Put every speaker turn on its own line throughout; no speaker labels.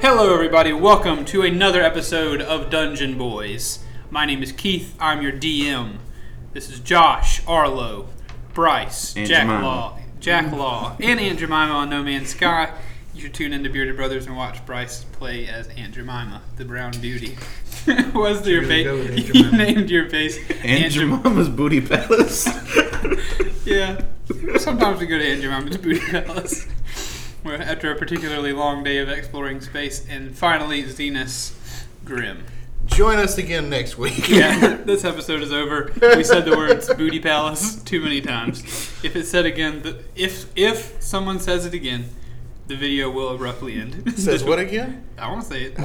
Hello, everybody. Welcome to another episode of Dungeon Boys. My name is Keith. I'm your DM. This is Josh, Arlo, Bryce,
Aunt
Jack
Jemima.
Law, Jack Law, and Aunt Jemima on No Man's Sky. You should tune into Bearded Brothers and watch Bryce play as Aunt Jemima, the brown beauty. Was your
Really go
face?
with Aunt
You
Jemima.
named your face
And
Aunt
your
Jem-
mama's booty palace.
Yeah. Sometimes we go to Aunt Jemima's Booty Palace. Where after a particularly long day of exploring space, and finally Zenus Grim.
Join us again next week.
Yeah, this episode is over. We said the words "booty palace" too many times. If it's said again, the, if if someone says it again, the video will abruptly end.
Says what again?
I want to say it.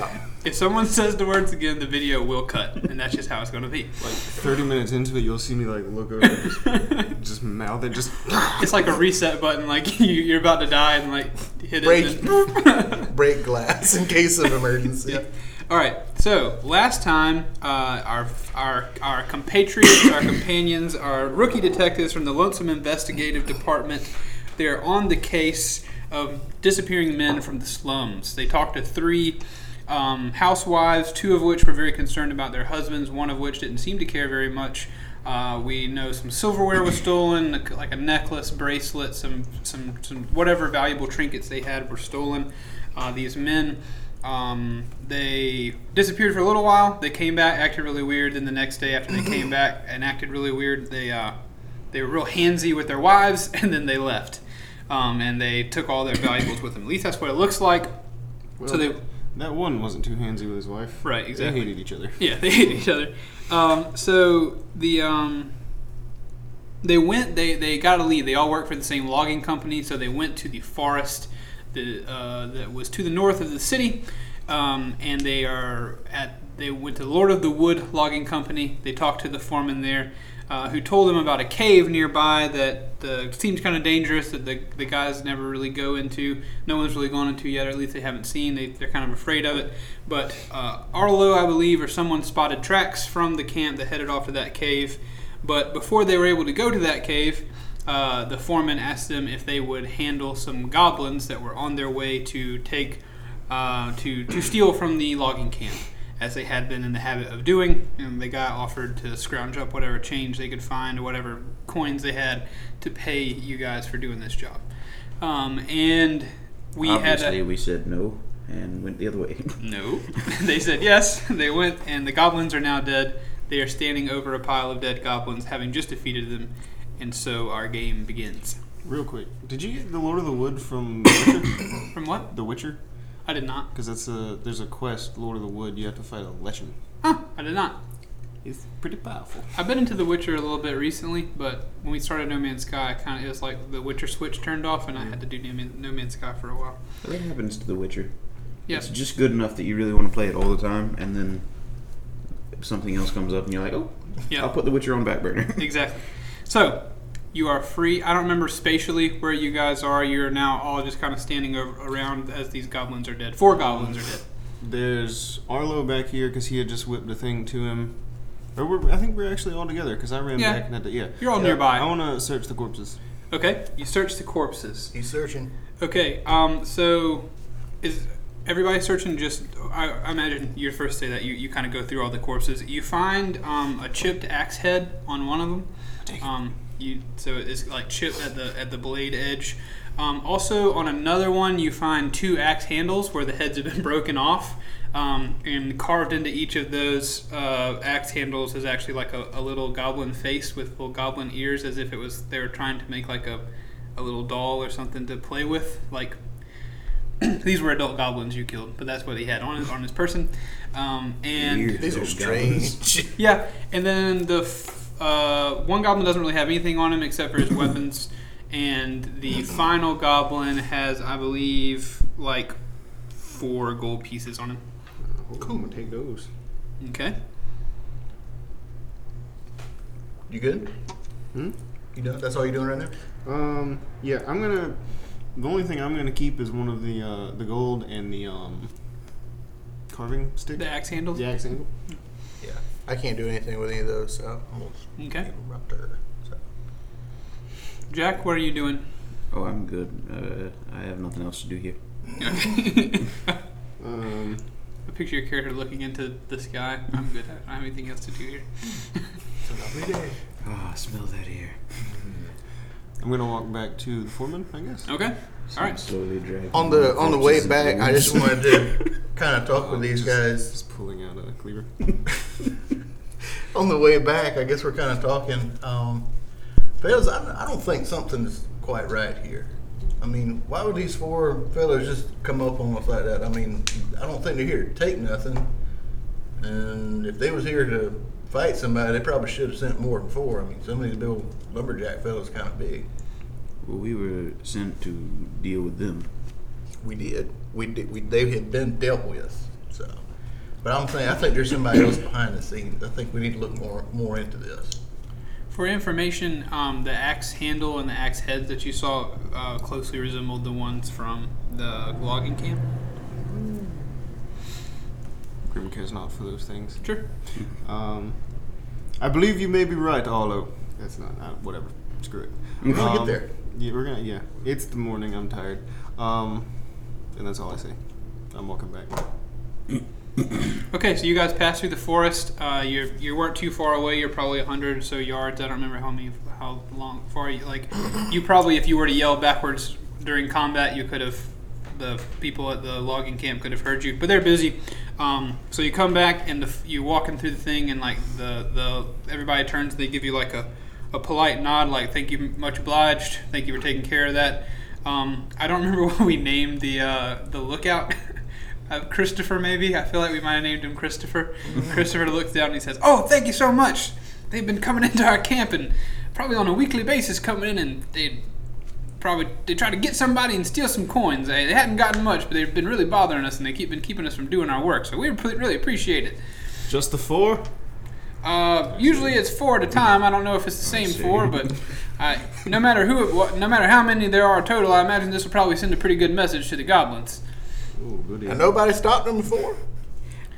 If someone says the words again, the video will cut, and that's just how it's going to be.
Like 30 minutes into it, you'll see me like look over, and just, just mouth it, just.
It's like a reset button. Like you, you're about to die, and like hit
Break.
it. and-
Break glass in case of emergency.
Yeah. All right. So last time, uh, our our our compatriots, our companions, our rookie detectives from the Lonesome Investigative Department, they're on the case of disappearing men from the slums. They talked to three. Um, housewives, two of which were very concerned about their husbands, one of which didn't seem to care very much. Uh, we know some silverware was stolen, like a necklace, bracelet, some, some, some whatever valuable trinkets they had were stolen. Uh, these men um, they disappeared for a little while. They came back, acted really weird. Then the next day, after they came back and acted really weird, they uh, they were real handsy with their wives, and then they left. Um, and they took all their valuables with them. At least that's what it looks like. so they
That one wasn't too handsy with his wife.
Right, exactly.
They hated each other.
yeah they hate each other. Um, so the um, they went they they got to leave. They all work for the same logging company, so they went to the forest that, uh, that was to the north of the city, um, and they are at they went to Lord of the Wood Logging Company. They talked to the foreman there, uh, who told them about a cave nearby that uh, seems kind of dangerous that the, the guys never really go into. No one's really gone into yet, or at least they haven't seen. They, they're kind of afraid of it. But uh, Arlo, I believe, or someone spotted tracks from the camp that headed off to that cave. But before they were able to go to that cave, uh, the foreman asked them if they would handle some goblins that were on their way to take uh, to to steal from the logging camp, as they had been in the habit of doing. And the guy offered to scrounge up whatever change they could find, or whatever coins they had, to pay you guys for doing this job. Um, and we had
Obviously,
a,
we said no and went the other way.
no. they said yes. They went, and the goblins are now dead. They are standing over a pile of dead goblins, having just defeated them, and so our game begins.
Real quick, did you get the Lord of the Wood from The Witcher?
From what?
the Witcher?
I did not.
Because that's a there's a quest, Lord of the Wood. You have to fight a lechen.
Huh, I did not.
It's pretty powerful.
I've been into The Witcher a little bit recently, but when we started No Man's Sky, I kind of it was like the Witcher switch turned off, and I had to do No, Man, no Man's Sky for a while.
That happens to The Witcher. It's
Yes.
just good enough that you really want to play it all the time, and then something else comes up, and you're like, oh,
Yeah.
I'll put The Witcher on back burner.
Exactly. So, you are free. I don't remember spatially where you guys are. You're now all just kind of standing over, around as these goblins are dead. Four goblins are dead.
There's Arlo back here because he had just whipped a thing to him. Or we're, I think we're actually all together because I ran
Yeah.
back and had to. Yeah.
You're all
Yeah,
nearby.
I want to search the corpses.
Okay, you search the corpses.
You searching?
Okay, um, so is everybody searching? Just I, I imagine your first day that you, you kind of go through all the corpses. You find um, a chipped axe head on one of them. Um, you so it's like chipped at the at the blade edge. Um, also on another one, you find two axe handles where the heads have been broken off. Um, and carved into each of those uh, axe handles is actually like a, a little goblin face with little goblin ears, as if it was they were trying to make like a a little doll or something to play with. Like these were adult goblins you killed, but that's what he had on his, on his person. Um, and
Weird.
These are
Those goblins.
strange.
yeah, and then the f- uh, one goblin doesn't really have anything on him except for his weapons, and the final goblin has, I believe, like four gold pieces on him.
Cool. I'm gonna take those.
Okay.
You good?
Hmm?
You done? That's all you're doing right now?
Um. Yeah, I'm gonna. The only thing I'm gonna keep is one of the uh, the gold and the um carving stick.
The axe handles.
The axe handle.
Yeah. I can't do anything with any of those, so I'm gonna
Okay.
interrupt her. So.
Jack, what are you doing?
oh, I'm good. Uh, I have nothing else to do here.
Okay.
Um,
I picture your character looking into the sky. I'm good. I don't have anything else to do here.
It's a lovely day.
Ah, smell that air.
I'm gonna walk back to the foreman, I guess.
Okay. All right.
Slowly dragging
On the on the way
corpses
back,
and
I just
bones.
wanted to kind of talk
Um,
with these
just-
guys.
Just pulling out a cleaver.
On the way back, I guess we're kind of talking. Um, fellas, I, I don't think something's quite right here. I mean, why would these four fellas just come up on us like that? I mean, I don't think they're here to take nothing. And if they was here to fight somebody, they probably should have sent more than four. I mean, some of these little lumberjack fellas kind of big.
Well, we were sent to deal with them.
We did. We did. We, they had been dealt with. So, but I'm saying I think there's somebody else behind the scenes. I think we need to look more more into this.
For information, um, the axe handle and the axe heads that you saw uh, closely resembled the ones from the logging camp.
Grim cares not for those things.
Sure.
Um, I believe you may be right, Arlo. That's not, uh, whatever. Screw it.
We're
gonna get
Um,
there.
Yeah, we're gonna. Yeah, it's the morning. I'm tired. Um, and that's all I say. I'm walking back.
Okay, so you guys pass through the forest. Uh, you you weren't too far away. You're probably hundred or so yards. I don't remember how many, how long far you like. You probably, if you were to yell backwards during combat, you could have. The people at the logging camp could have heard you, but they're busy. Um, so you come back and the, f- you walking through the thing, and like the the everybody turns. They give you like a, a polite nod, like thank you, much obliged. Thank you for taking care of that. Um, I don't remember what we named the uh, the lookout. Uh, Christopher, maybe. I feel like we might have named him Christopher. Christopher looks down and he says, "Oh, thank you so much. They've been coming into our camp and probably on a weekly basis coming in and they probably they try to get somebody and steal some coins. They, they hadn't gotten much, but they've been really bothering us and they keep been keeping us from doing our work. So we pre- really appreciate it.
Just the four?
Uh, usually it's four at a time. I don't know if it's the same
see.
four, but I, no matter who, it, wa- no matter how many there are total, I imagine this will probably send a pretty good message to the goblins.
Oh, goody.
And nobody stopped them before.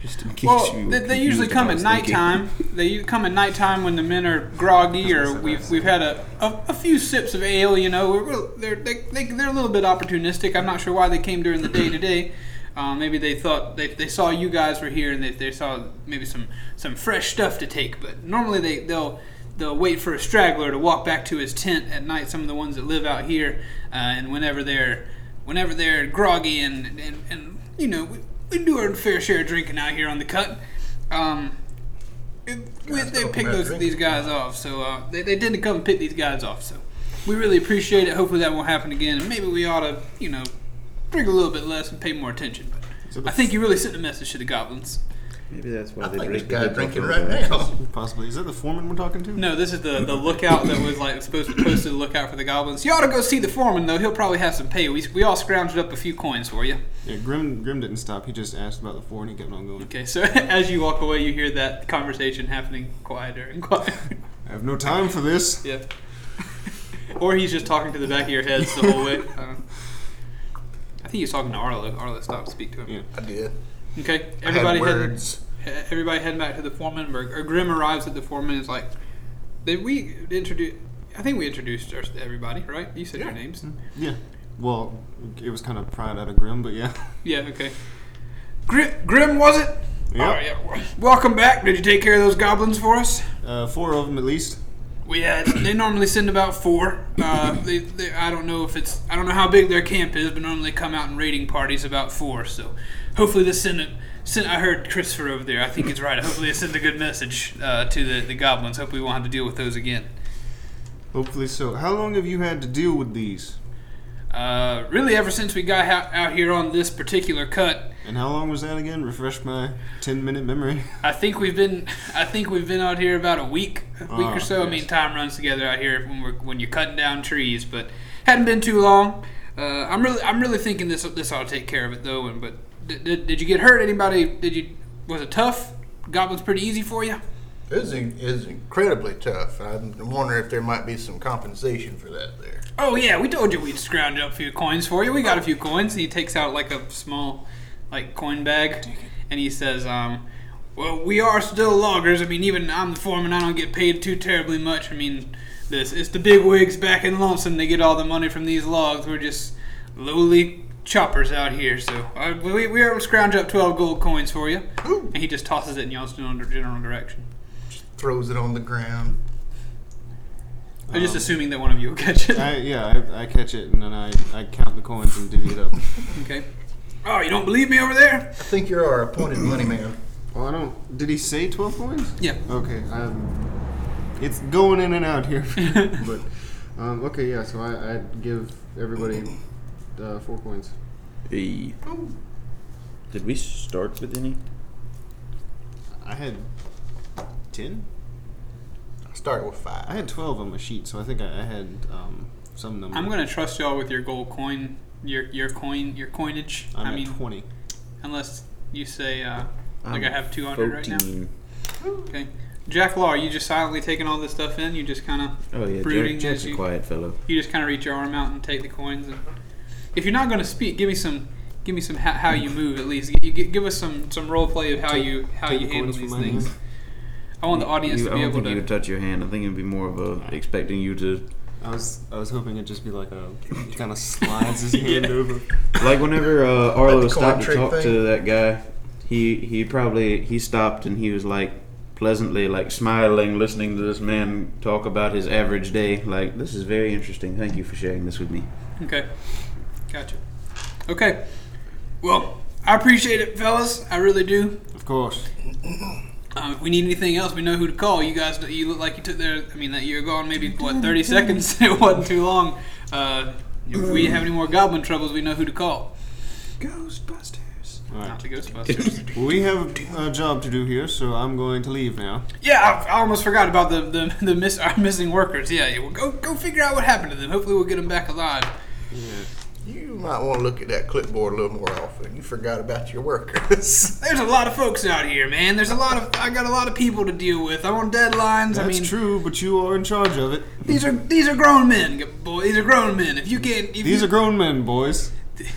Just in case
Well,
you were
they, they
confused
usually
what
come
I
at
was thinking.
nighttime. they u- come at nighttime when the men are groggy or we've, we've had a, a, a few sips of ale, you know. We're, we're- they're, they, they, they're a little bit opportunistic. I'm not sure why they came during the day today. Uh, maybe they thought they, they saw you guys were here and they, they saw maybe some, some fresh stuff to take. But normally they, they'll they'll wait for a straggler to walk back to his tent at night. Some of the ones that live out here, uh, and whenever they're whenever they're groggy and and, and you know we, we do our fair share of drinking out here on the cut. Um, it, we,
Guys
they
talking
pick
about
those,
drinking.
these guys off, so uh, they, they tend to come pick these guys off. So we really appreciate it. Hopefully that won't happen again, and maybe we ought to you know drink a little bit less and pay more attention.
So
But
the
I think you really sent a message to the goblins.
Maybe that's why
I
they
think this
break the
guy
heads off
drinking
of
right
the
now.
Possibly. Is that the foreman we're talking to?
No, this is the, the lookout that was like supposed to post the lookout for the goblins. You ought to go see the foreman though; he'll probably have some pay. We, we all scrounged up a few coins for you.
Yeah, Grim. Grim didn't stop. He just asked about the four, and he kept on going.
Okay, so as you walk away, you hear that conversation happening quieter and quieter.
I have no time for this.
yeah. or he's just talking to the back of your heads the whole way. I, don't know. I think he's talking to Arlo. Arlo stopped to speak to him.
Yeah.
I did.
Okay,
I had
everybody heading,
words.
everybody heading back to the foreman. Or, or Grim arrives at the foreman. and Is like, did we introduce? I think we introduced our- everybody, right? You said your
Yeah. Mm-hmm.
names.
Yeah. Well, it was kind of pried out of Grim, but yeah.
Yeah, okay. Grim, Grim was it?
Yep.
All right, yeah. Welcome back. Did you take care of those goblins for us?
Uh, four of them at least.
We had. They normally send about four. Uh, they, they, I don't know if it's. I don't know how big their camp is, but normally come out in raiding parties about four. So, hopefully this sent it. Sent, I heard Christopher over there. I think it's right. Hopefully, it sent a good message uh, to the, the goblins. Hope we won't have to deal with those again.
Hopefully so. How long have you had to deal with these?
Uh, really, ever since we got out, out here on this particular cut,
And how long was that again? Refresh my 10 minute memory.
I think we've been I think we've been out here about a week, a week
Ah,
or so. I
yes.
mean, time runs together out here when we're when you're cutting down trees, but hadn't been too long. Uh, I'm really I'm really thinking this this ought to take care of it though. And but did, did, did you get hurt? Anybody? Did you was it tough? Goblins pretty easy for you.
It was, in- it was incredibly tough. I'm wondering if there might be some compensation for that there.
Oh yeah, we told you we'd scrounge up a few coins for you. We got a few coins. He takes out like a small, like coin bag, and he says, um, "Well, we are still loggers. I mean, even I'm the foreman. I don't get paid too terribly much. I mean, this it's the big wigs back in Lonesome. They get all the money from these logs. We're just lowly choppers out here, so uh, we we are scrounge up twelve gold coins for you."
Ooh.
And he just tosses it in y'all's general general direction.
Throws it on the ground.
I'm just
Um,
assuming that one of you will catch it.
I, yeah, I, I catch it and then I, I count the coins and divvy it up.
okay. Oh, you don't believe me over there?
I think you're our appointed money man.
Well, I don't. Did he say twelve coins?
Yeah.
Okay, um, it's going in and out here, but um, okay, yeah. So I, I give everybody uh, four coins.
Hey. Did we start with any?
I had ten.
Start with
I
five.
had twelve on my sheet, so I think I, I had um, some number.
I'm gonna trust y'all with your gold coin, your your coin, your coinage.
I'm
I
at
mean,
twenty.
unless you say uh, like
I'm
I have 200 right now.
14.
Okay. Jack Law, are you just silently taking all this stuff in? You just kind of
Oh yeah,
Brooding
Jack, Jack's
at
a
you.
quiet fellow.
you just kind of reach your arm out and take the coins. And if you're not going to speak, give me some give me some how, how you move at least. You, gi- give us some some role play of how
Take-
you how
take
you
the
handle
coins
these
from my
things.
hand.
I want the audience
You-
to
I
be
don't
able
think you
to.
would touch your hand. I think it'd be more of a expecting you to
I was I was hoping it'd just be like a kind of slides his hand
Yeah.
over.
like whenever uh, Arlo
Like the coin
stopped to
trick
talk
thing?
to that guy. He he probably he stopped and he was like pleasantly like smiling, listening to this man talk about his average day. Like this is very interesting. Thank you for sharing this with me.
Okay. Gotcha. Okay. Well, I appreciate it, fellas. I really do.
Of course.
Um, if we need anything else, we know who to call. You guys, you look like you took there. I mean, that you were gone maybe what thirty seconds. it wasn't too long. Uh, if we have any more goblin troubles, we know who to call.
Ghostbusters.
All
Not
right.
the Ghostbusters.
Well, we have a job to do here, so I'm going to leave now.
yeah, I, I almost forgot about the the, the miss, our missing workers. Yeah, yeah, well, go go figure out what happened to them. Hopefully, we'll get them back alive.
You might want to look at that clipboard a little more often. You forgot about your workers.
There's a lot of folks out here, man. There's a lot of I got a lot of people to deal with. I'm on deadlines.
That's
I mean,
true, but you are in charge of it.
these are these are grown men, g- boy. These are grown men. If you can't, if
These
you,
are grown men, boys.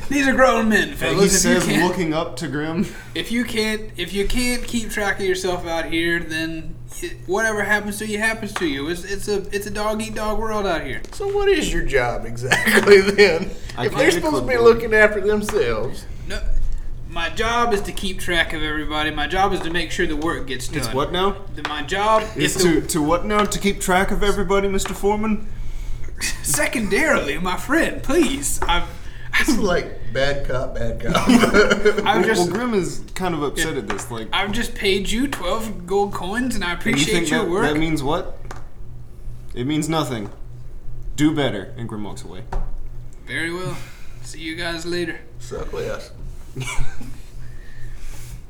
these are grown men,
And
fellas.
he
If you
says,
can't-
looking up to Grim.
if you can't if you can't keep track of yourself out here, then it, whatever happens to you happens to you. It's, it's a it's a dog eat dog world out here.
so what is your job exactly then?
I
if
carry
they're
a
supposed to be
clipboard.
looking after themselves,
No, my job is to keep track of everybody. My job is to make sure the work gets done.
It's what now?
The- My job
It's
is
to,
to
to what now? To keep track of everybody, Mr. Foreman?
secondarily, my friend. Please, I've
it's like bad cop, bad cop.
I've
well,
just
Grim is kind of upset at this. Like,
I've just paid you twelve gold coins, and I
you
appreciate
think
your
that,
work.
that means what? It means nothing. Do better. And Grim walks away.
Very well. See you guys later.
so yes.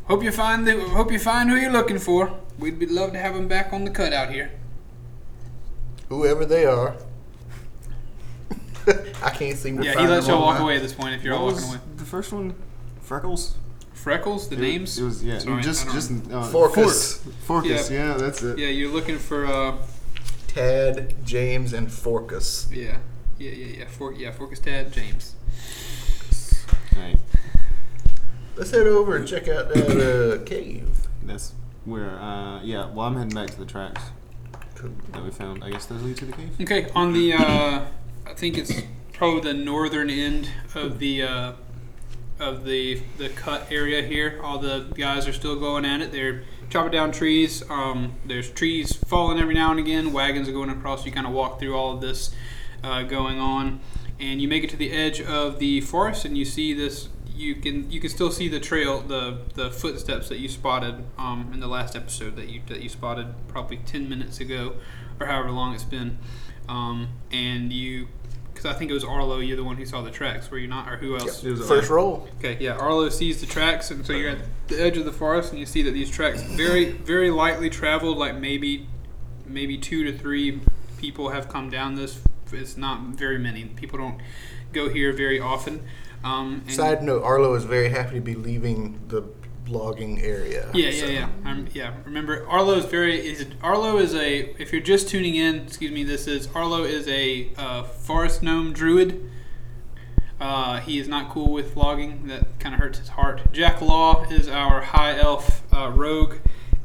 Hope you find the, hope you find who you're looking for. We'd be love to have him back on the cutout here.
Whoever they are. I can't seem to
Yeah,
find
he lets
them
y'all walk
online.
away at this point if you're all
what
walking
was
away.
the first one? Freckles?
Freckles, the
It-
names?
It was, yeah.
Sorry, I
just,
don't-
just, uh,
Forkus.
Fork. Forkus,
Yeah.
yeah. that's it.
Yeah, you're looking for, uh,
Tad, James, and Forkus.
yeah. Yeah, yeah, yeah. For, yeah, Forkestad, James.
All right.
Let's head over and check out that uh, cave.
That's where, uh, yeah. Well, I'm heading back to the tracks
Cool.
that we found. I guess those lead to the cave?
Okay, on the, uh, I think it's probably the northern end of the, uh, of the the cut area here. All the guys are still going at it. They're chopping down trees. Um, there's trees falling every now and again. Wagons are going across. You kind of walk through all of this uh, going on, and you make it to the edge of the forest, and you see this. You can you can still see the trail, the the footsteps that you spotted um, in the last episode that you that you spotted probably ten minutes ago, or however long it's been, um, and you. Because I think it was Arlo, you're the one who saw the tracks, were you not, or who else?
It was
First roll.
Okay, yeah, Arlo sees the tracks, and so you're at the edge of the forest, and you see that these tracks very, very lightly traveled, like maybe, maybe two to three people have come down this. It's not very many. People don't go here very often. Um, and-
Side note: Arlo is very happy to be leaving the logging area.
Yeah, yeah,
so-
yeah. Um, yeah. Remember, Arlo is very is Arlo is a. If you're just tuning in, excuse me. This is Arlo is a uh, forest gnome druid. Uh, he is not cool with logging. That kind of hurts his heart. Jack Law is our high elf uh, rogue,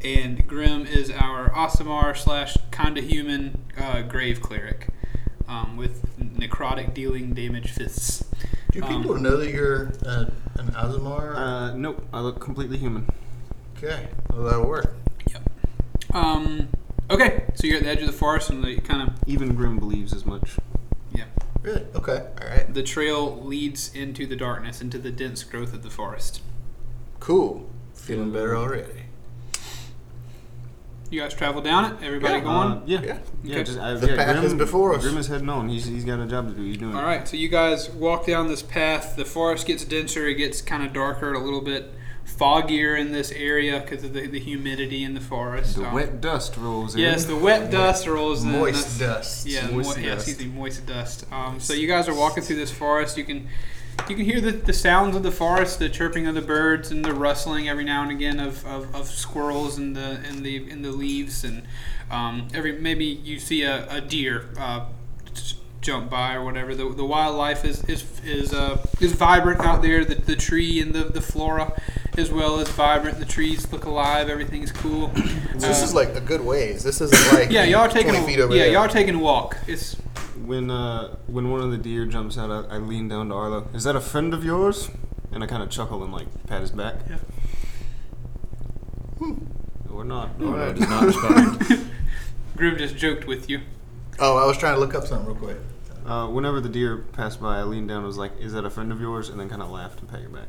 and Grim is our Osimar slash kinda human uh, grave cleric, um, with necrotic dealing damage fists.
Do people know that you're uh, an Azamar?
Uh, nope, I look completely human.
okay, well, that'll work.
Um, okay, so you're at the edge of the forest, and they kind of
Even Grim believes as much.
yeah.
Really? Okay. All right.
The trail leads into the darkness, into the dense growth of the forest.
Cool. Feeling better already.
You guys travel down it. Everybody going.
Uh, yeah,
Yeah.
yeah.
Okay.
just, I,
The
yeah,
path
Grim,
is before us.
Grim is heading on. He's, he's got a job to do. He's doing
All
it.
right, so you guys walk down this path. The forest gets denser. It gets kind of darker, a little bit foggier in this area because of the, the humidity in the forest.
The
Um,
wet dust rolls in.
Yes, the wet dust rolls in.
Moist
That's-
dust.
Yeah, mo-
Moist
yeah,
dust.
excuse me, moist dust. Um, so you guys are walking through this forest. You can you can hear the, the sounds of the forest, the chirping of the birds, and the rustling every now and again of, of, of squirrels in the in the in the leaves, and um, every maybe you see a, a deer uh, j- jump by or whatever. The, the wildlife is is is, uh, is vibrant out there. The, the tree and the, the flora as well is vibrant. The trees look alive. Everything's cool.
So this
Uh,
is like a good ways. This isn't like
yeah, y'all are taking
20
a,
feet over
yeah,
there.
y'all are taking a walk. It's
When uh, when one of the deer jumps out, I, I lean down to Arlo. Is that a friend of yours? And I kind of chuckle and like pat his back.
Yeah.
Or not.
Arlo
Alright.
does not respond.
Groove just joked with you.
oh, I was trying to look up something real quick.
Uh, whenever the deer passed by, I leaned down and was like, Is that a friend of yours? And then kind of laughed and pat your back.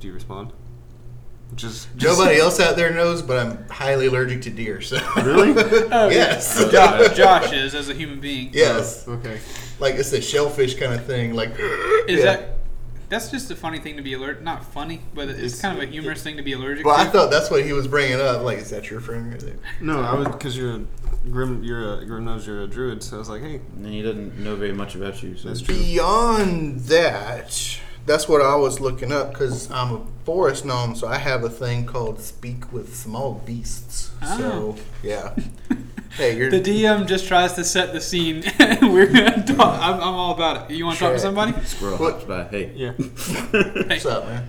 Do you respond? Just. just
Nobody else out there knows, but I'm highly allergic to deer. So
Really?
yes,
Oh, Josh, Uh, Josh is as a human being.
yes,
Oh, okay.
like it's a shellfish kind of thing. Like
Is
Yeah.
that that's just a funny thing to be alert? Not funny, but it's,
It's-
kind of a humorous thing to be allergic
Well,
to.
I thought that's what he was bringing up. Like, is that your friend right there?
No, I was. Because you're a. Grim, you're a. Grim knows you're a druid, so I was like, Hey.
And he doesn't know very much about you, so
That's true.
Beyond that, that's what I was looking up because I'm a forest gnome, so I have a thing called speak with small beasts. So
Oh.
yeah, hey, you're
The DM just tries to set the scene. We're gonna talk. I'm, I'm all about it. You want to talk to
Sure.
somebody?
Squirrel
What-
hops by. Hey.
Yeah.
what's up, man?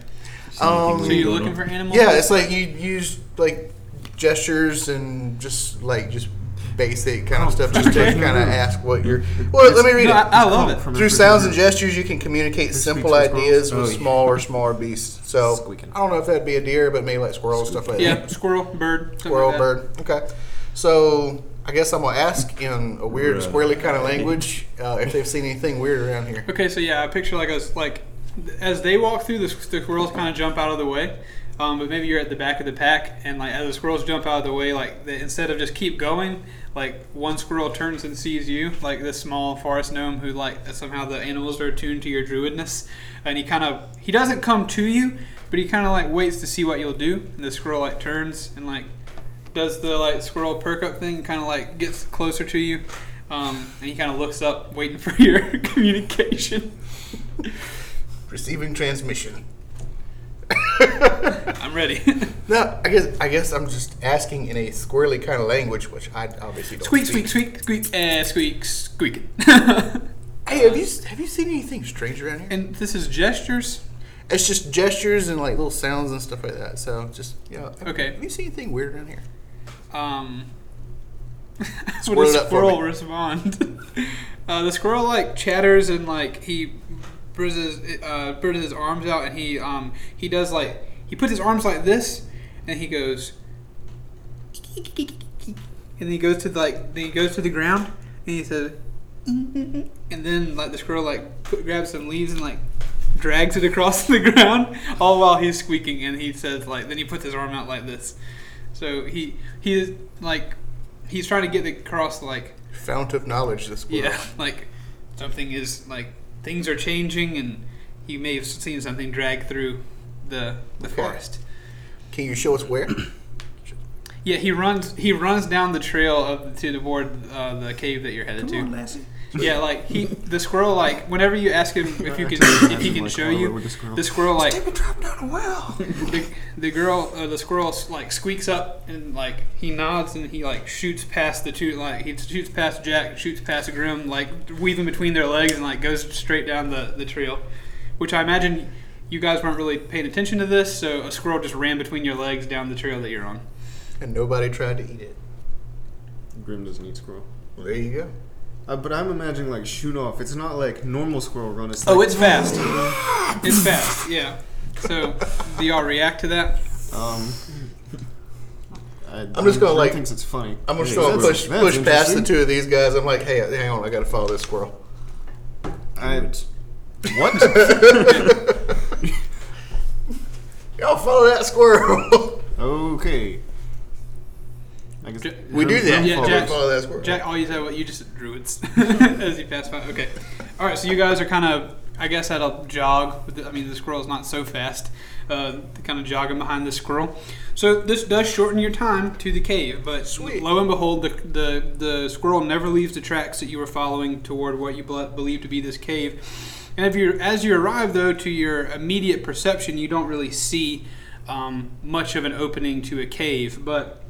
See anything
Um,
weird
So you're
going
looking
on?
for animals?
Yeah, it's like you use like gestures and just like just basic kind of stuff, just to
okay.
kind of ask what you're. Well, let me read
No, I,
it.
I love it.
From
Through sounds and gestures, you can communicate simple
speaks with
ideas
squirrels?
with
Oh, yeah.
small or smaller beasts. So
Squeaking.
I don't know if that'd be a deer, but maybe like squirrels, stuff like that.
Yeah, squirrel, bird, something
Squirrel,
like that.
bird. Okay. So I guess I'm gonna ask in a weird,
Right.
squirrely kind of language uh, if they've seen anything weird around here.
Okay, so yeah, I picture like us like th- as they walk through, the, s- the squirrels kind of jump out of the way. Um, but maybe you're at the back of the pack, and like as the squirrels jump out of the way, like they, instead of just keep going, like one squirrel turns and sees you, like this small forest gnome who like somehow the animals are attuned to your druidness, and he kind of he doesn't come to you, but he kind of like waits to see what you'll do, and the squirrel like turns and like does the like squirrel perk up thing kind of like gets closer to you um, and he kind of looks up waiting for your communication
Receiving transmission.
i'm ready
No, I guess I guess I'm just asking in a squirrely kind of language, which I obviously don't.
squeak
speak.
squeak squeak squeak uh, squeak squeak
Hey, have you have you seen anything strange around here?
and this is gestures
It's just gestures and like little sounds and stuff like that. So just you know. have-
Okay.
Have you seen anything weird around here?
um that's
Swirl
what
it
a
up for
squirrel
me.
respond uh, the squirrel like chatters and like he brings his, uh, brings his arms out and he um he does like he puts his arms like this and he goes and he goes to like then he goes to the ground and he says and then like the squirrel like put, grabs some leaves and like drags it across the ground all while he's squeaking and he says like then he puts his arm out like this so he he is like he's trying to get across like
Fount of knowledge. This squirrel.
yeah like something is like things are changing and he may have seen something drag through the the
Okay.
forest
Can you show us where?
yeah he runs he runs down the trail of to toward uh, the cave that you're headed to
Lassie.
Yeah, like he, the squirrel, like whenever you ask him if you can, if he can
Like,
show
Arlo
you,
with the squirrel.
the squirrel, like
David dropped down a well.
the, the girl, uh, the squirrel, like squeaks up and like he nods and he like shoots past the two, like he shoots past Jack, shoots past Grim, like weaving between their legs and like goes straight down the the trail, which I imagine you guys weren't really paying attention to this, so a squirrel just ran between your legs down the trail that you're on.
And nobody tried to eat it.
Grim doesn't eat squirrel.
Well, there you go.
Uh, but I'm imagining like shoot off. It's not like normal squirrel run. It's
Oh,
like,
it's fast. it's fast. Yeah. So do y'all react to that?
Um, I, I'm
just gonna, like-
Thinks it's funny.
I'm gonna
Hey,
try and
that's-
push
that's
push past the
interesting.
two of these guys. I'm like, hey, hang on, I gotta follow this squirrel.
I,
What?
Y'all follow that squirrel.
okay. I guess
Ju-
we do that.
Yeah,
follow,
Jack-
follow that squirrel.
Jack, all you said what you just druids as you passed by. Okay. All right. So you guys are kind of, I guess, at a jog. With the, I mean, the squirrel's not so fast. Uh, kind of jogging behind the squirrel. So this does shorten your time to the cave, but
Sweet.
lo and behold, the, the the squirrel never leaves the tracks that you were following toward what you ble- believe to be this cave. And if you as you arrive though to your immediate perception, you don't really see um, much of an opening to a cave, but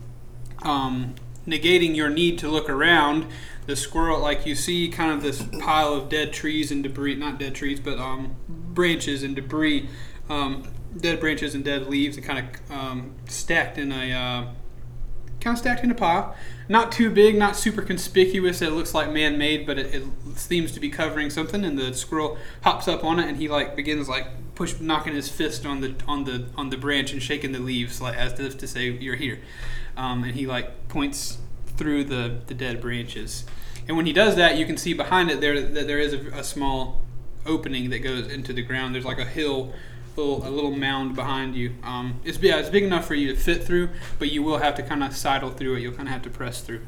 um, negating your need to look around. The squirrel, like you see, kind of this pile of dead trees and debris—not dead trees, but um, branches and debris, um, dead branches and dead leaves, and kind of um, stacked in a uh, kind of stacked in a pile. Not too big, not super conspicuous. It looks like man-made, but it, it seems to be covering something. And the squirrel hops up on it, and he like begins like push knocking his fist on the on the on the branch and shaking the leaves like as if to say you're here. Um, and he like points through the the dead branches. And when he does that, you can see behind it there that there is a, a small opening that goes into the ground. There's like a hill, little, a little mound behind you. Um, it's yeah, it's big enough for you to fit through, but you will have to kind of sidle through it. You'll kind of have to press through.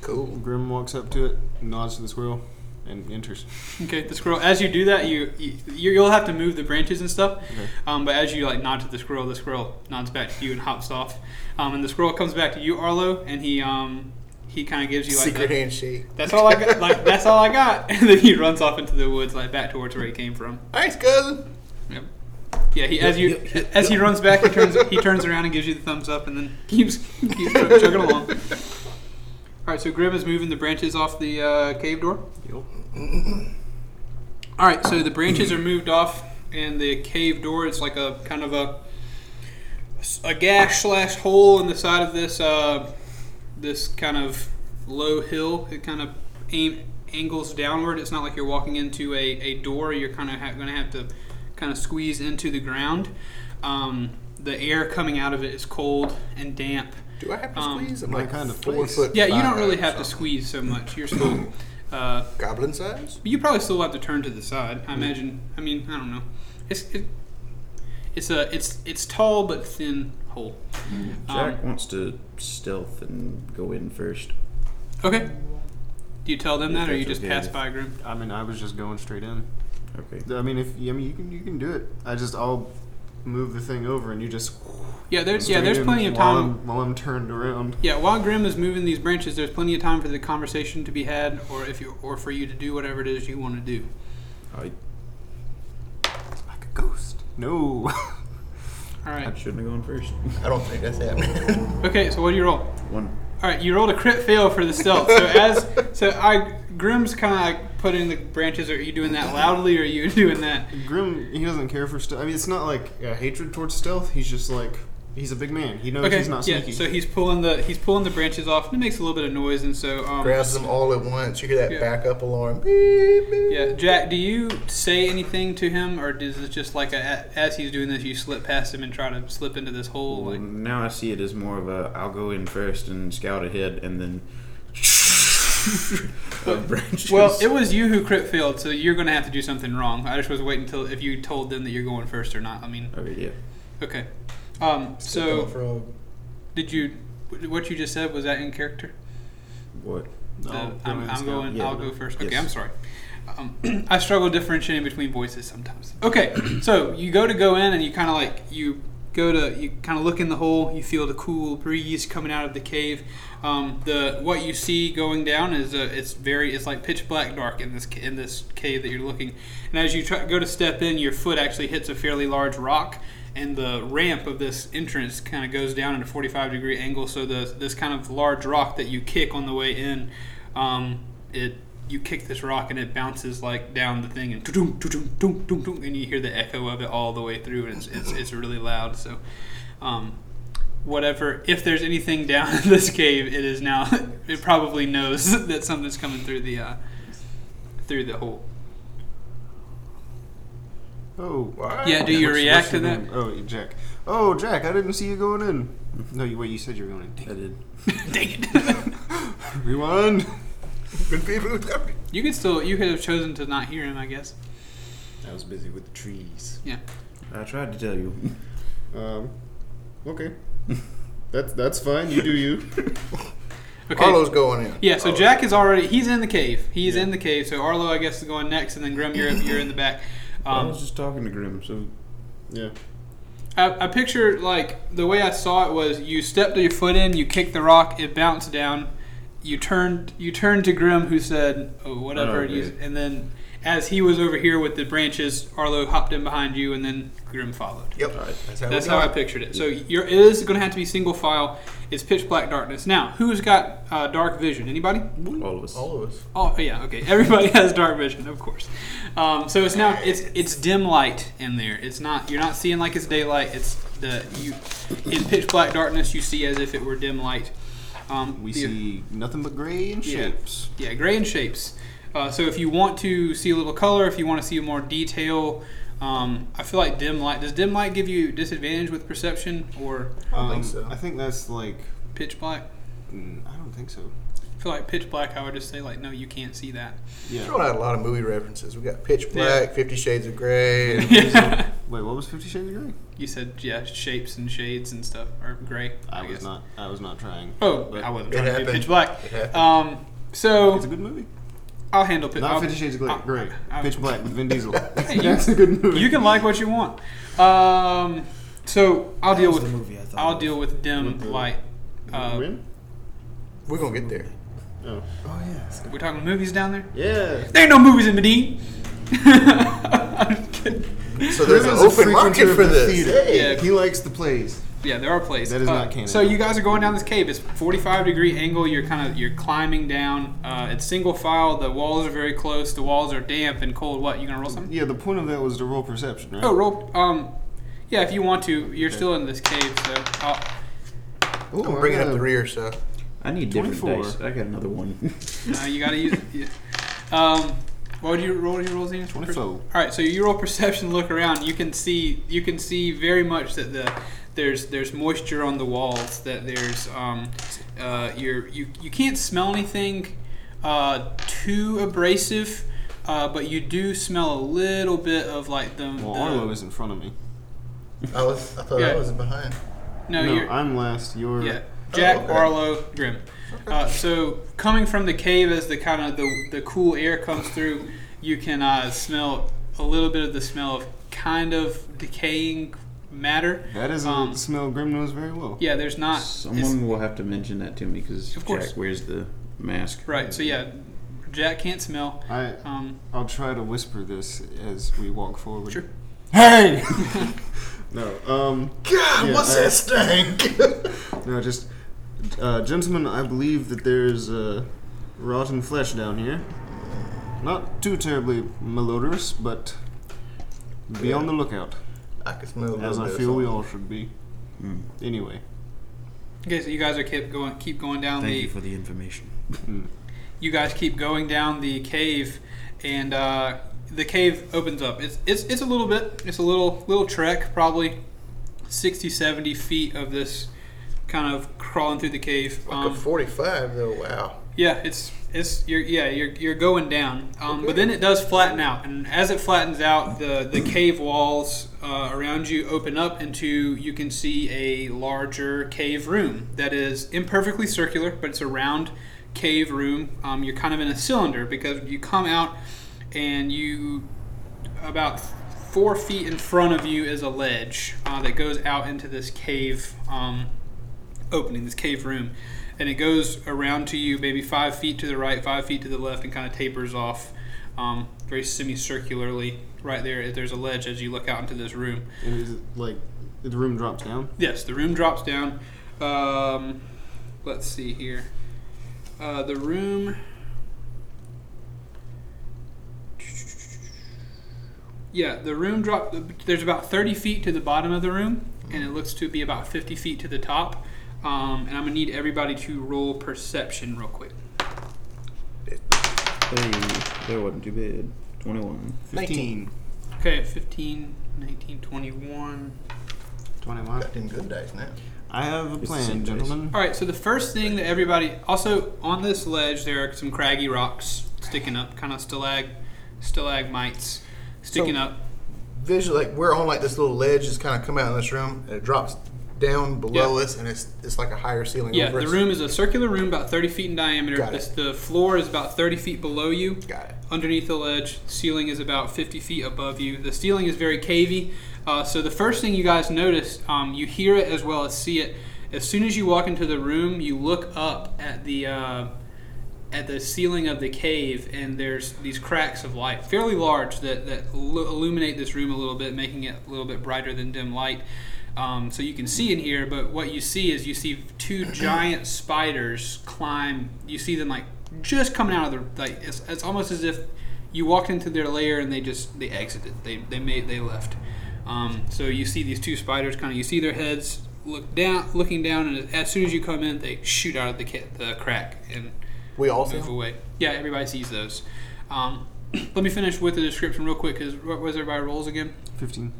cool.
Grim walks up to it, nods to the squirrel, and enters.
Okay, the squirrel. As you do that, you, you you'll have to move the branches and stuff.
Okay.
Um, but as you like nod to the squirrel, the squirrel nods back to you and hops off. Um, and the squirrel comes back to you, Arlo, and he um he kind of gives you like
Secret
the-
handshake.
That's all I got. Like that's all I got. And then he runs off into the woods, like back towards where he came from.
Thanks, cousin.
Yep. Yeah. He as you as he runs back, he turns he turns around and gives you the thumbs up, and then keeps keeps chug- chugging along. All right. So Grim is moving the branches off the uh, cave door. All right. So the branches are moved off, and the cave door is like a kind of a a gash slash hole in the side of this uh, this kind of low hill. It kind of aim, angles downward. It's not like you're walking into a, a door. You're kind of ha- going to have to kind of squeeze into the ground. Um, the air coming out of it is cold and damp.
Do I have to
Um,
squeeze? I'm
my
like
kind of
four
place.
foot.
Yeah, you don't
five,
really have to
so-
squeeze so much. You're still. Uh,
Goblin size.
you probably still have to turn to the side. I imagine. I mean, I don't know. It's it, it's a it's it's tall but thin hole. Um,
Jack wants to stealth and go in first.
Okay. Do you tell them
Yeah,
that, or you
that's
just
okay.
pass by Grim?
I mean, I was just going straight in.
Okay.
I mean, if I mean, you can you can do it. I just I'll move the thing over, and you just
Yeah, there's yeah,
straight
there's
in
plenty of
while
time.
I'm, while I'm turned around.
Yeah, while Grim is moving these branches, there's plenty of time for the conversation to be had, or if you or for you to do whatever it is you want to do.
I,
Like a ghost. No.
All
I
right.
shouldn't have gone first.
I don't think that's happening.
Okay, so what do you roll?
One.
All right, you rolled a crit fail for the stealth. So as so, I Grim's kind of like putting the branches. Are you doing that loudly, or are you doing that?
Grim, he doesn't care for stealth. I mean, it's not like a hatred towards stealth. He's just like he's a big man. He knows
Okay,
he's not
yeah.
sneaky.
So he's pulling the he's pulling the branches off, and it makes a little bit of noise, and so um,
Grabs them all at once. You hear that
Yeah.
backup alarm. Beep, beep.
Yeah, Jack, do you say anything to him, or is it just like a, as he's doing this, you slip past him and try to slip into this hole?
Well,
Like,
now I see it as more of a I'll go in first and scout ahead and then. of branches.
well, it was you who crit failed, so you're going to have to do something wrong. I just was waiting until if you told them that you're going first or not. I mean,
Okay, yeah.
okay. Um,
Stepping on a
so
frog.
did you? What you just said was that in character?
What?
The-
I'll go
uh, I'm,
in
I'm
scout.
going.
Yeah,
I'll
no.
go first. Okay,
Yes.
I'm sorry. Um, I struggle differentiating between voices sometimes. Okay, so you go to go in, and you kind of like you go to you kind of look in the hole. You feel the cool breeze coming out of the cave. Um, the what you see going down is uh it's very it's like pitch black dark in this ca- in this cave that you're looking. And as you try, go to step in, your foot actually hits a fairly large rock, and the ramp of this entrance kind of goes down at a 45 degree angle. So the this kind of large rock that you kick on the way in um, it you kick this rock and it bounces like down the thing and doo-doo, doo-doo, doo-doo, doo-doo, and you hear the echo of it all the way through and it's it's, it's really loud so um, whatever. If there's anything down in this cave, it is now. It probably knows that something's coming through the uh, through the hole.
Oh.
Wow.
Yeah, do you
What's-
react
what's
to
your
that?
name? Oh, Jack. Oh, Jack, I didn't see you going in. No, you, wait, you said you were going in.
I did.
Dang it!
Rewind.
Good people who's coming.
you could still you could have chosen to not hear him, I guess.
I was busy with the trees.
Yeah.
I tried to tell you.
Um, okay. That's that's fine. You do you.
Okay.
Carlo's going in.
Yeah, so
Carlo.
Jack is already he's in the cave. He's
Yeah.
in the cave. So Arlo, I guess, is going next, and then Grim, you're you're in the back.
I
Um,
was just talking to Grim, so
Yeah.
I, I picture like the way I saw it was you stepped your foot in, you kicked the rock, it bounced down. You turned you turned to Grim, who said, "Oh, whatever,"
Oh,
and, you,
dude.
and then as he was over here with the branches, Arlo hopped in behind you, and then Grim followed.
Yep. That's how,
That's
we
how I
got it.
pictured it. So you're, it is going to have to be single file. It's pitch black darkness. Now, who's got uh, dark vision? Anybody?
all of us.
All of us.
Oh yeah, okay. Everybody has dark vision, of course. Um, so it's now it's it's dim light in there. It's not you're not seeing like it's daylight. It's the you in pitch black darkness you see as if it were dim light. Um,
We
the-
see nothing but gray and
Yeah.
shapes.
yeah gray and shapes. Uh, so if you want to see a little color, if you want to see more detail, um, I feel like dim light. Does dim light give you disadvantage with perception or
I don't
Um,
think so.
I think that's like.
pitch black?
mm, I don't think so.
I feel like pitch black. I would just say like no, you can't see that.
Yeah.
Throwing out a lot of movie references. We got Pitch
Yeah.
Black, Fifty Shades of Grey. and-
Wait, what was Fifty Shades of Grey?
you said yeah shapes and shades and stuff or gray.
I,
I,
was
guess.
not. I was not trying.
Oh,
But
I wasn't
it
trying to do
happened.
pitch black.
It happened.
Um,
It's a
so
good movie.
I'll handle pitch.
Not
I'll,
Fifty Shades of Grey.
I'll-
Grey.
I'll-
Pitch Black with Vin Diesel.
you-
That's a good movie.
You can like what you want. Um, so I'll deal with
movie I thought
I'll deal with dim
With the-
light. Uh,
Win?
We're gonna get there.
Oh. Oh yeah.
We're talking movies down there.
Yeah.
There ain't no movies in Medine. I'm kidding.
So there's an
Kevin's a
open market
frequenter
for
of the
this.
theater.
Yeah.
He likes the plays.
Yeah, there are plays.
That is
Uh,
not canon.
So you guys are going down this cave. It's 45 degree angle. You're kind of you're climbing down. Uh, it's single file. The walls are very close. The walls are damp and cold. What you gonna roll something?
Yeah, the point of that was to roll perception, right?
Oh, roll. Um, yeah, if you want to, you're still in this cave. So i
Ooh,
I'm
I
bringing
got
up
a-
the rear, so
I need
24.
different dice. I got another one.
no, you gotta use. It. Yeah. Um, what would you roll? Your rolls in
24.
All right, so you roll perception. Look around. You can see. You can see very much that the there's there's moisture on the walls. That there's um, uh, you're, you you can't smell anything uh, too abrasive. Uh, but you do smell a little bit of like the,
Well,
the-
Arlo is in front of me.
I was. I thought
Yeah.
I was behind.
no,
no,
you're,
I'm last. You're.
Yeah, Jack
Oh, okay.
Arlo Grim. Uh, so coming from the cave as the kind of the, the cool air comes through, you can uh, smell a little bit of the smell of kind of decaying matter.
That is a
Um,
smell Grim knows very well.
Yeah, there's not it's-
Someone will have to mention that to me because
Of course.
Jack wears the mask.
right. So yeah, Jack can't smell.
I,
Um,
I'll try to whisper this as we walk forward.
Sure.
Hey! no, um,
God,
Yeah,
what's
I-
that stank?
no, just, uh, gentlemen, I believe that there's, uh, rotten flesh down here. Not too terribly malodorous, but be on the lookout,
I can smell a little
as I
bit of
feel we
something.
all should be.
Mm.
Anyway,
okay, so you guys are keep going, keep going down
Thank
the.
you for the information.
you guys keep going down the cave, and uh, the cave opens up. It's, it's it's a little bit. It's a little little trek, probably 60, 70 feet of this kind of crawling through the cave. Um,
Like a 45 though. Wow.
Yeah, it's it's you're yeah you're you're going down, um, but then it does flatten out, and as it flattens out, the the cave walls uh, around you open up into you can see a larger cave room that is imperfectly circular, but it's a round cave room. Um, you're kind of in a cylinder because you come out and you about four feet in front of you is a ledge uh, that goes out into this cave um, opening, this cave room, and it goes around to you, maybe five feet to the right, five feet to the left, and kind of tapers off um, very semicircularly. Right there, there's a ledge as you look out into this room.
and is it, like, the room drops down?
Yes, the room drops down. Um, let's see here. Uh, the room. Yeah, the room drop. There's about 30 feet to the bottom of the room, and it looks to be about 50 feet to the top. Um, and I'm gonna need everybody to roll perception real quick.
Hey, that wasn't too bad. 21.
15.
Okay, 15, 19, 21.
21.
Got them good dice now.
I have a
the same
plan,
dice.
gentlemen.
All right, so the first thing that everybody also on this ledge there are some craggy rocks sticking up, kind of stalag stalagmites sticking
So-
up.
Visually, like we're on like this little ledge that's kind of come out in this room, and it drops down below
Yeah.
us, and it's it's like a higher ceiling.
Yeah,
over
the
us.
room is a circular room about 30 feet in diameter.
Got it.
This, the floor is about 30 feet below you.
Got it.
underneath the ledge. Ceiling is about 50 feet above you. The ceiling is very cavey. Uh, so the first thing you guys notice, um, you hear it as well as see it. As soon as you walk into the room, you look up at the uh, at the ceiling of the cave, and there's these cracks of light, fairly large, that that lu- illuminate this room a little bit, making it a little bit brighter than dim light. Um, so you can see in here, but what you see is you see two giant spiders climb. You see them like just coming out of the like. It's, it's almost as if you walked into their lair and they just they exited. They they made they left. Um, so you see these two spiders kind of. You see their heads look down, looking down, and as soon as you come in, they shoot out of the, ca- the crack and
We
move
also
away. Yeah, everybody sees those. Um, let me finish with the description real quick because what was everybody rolls again?
15.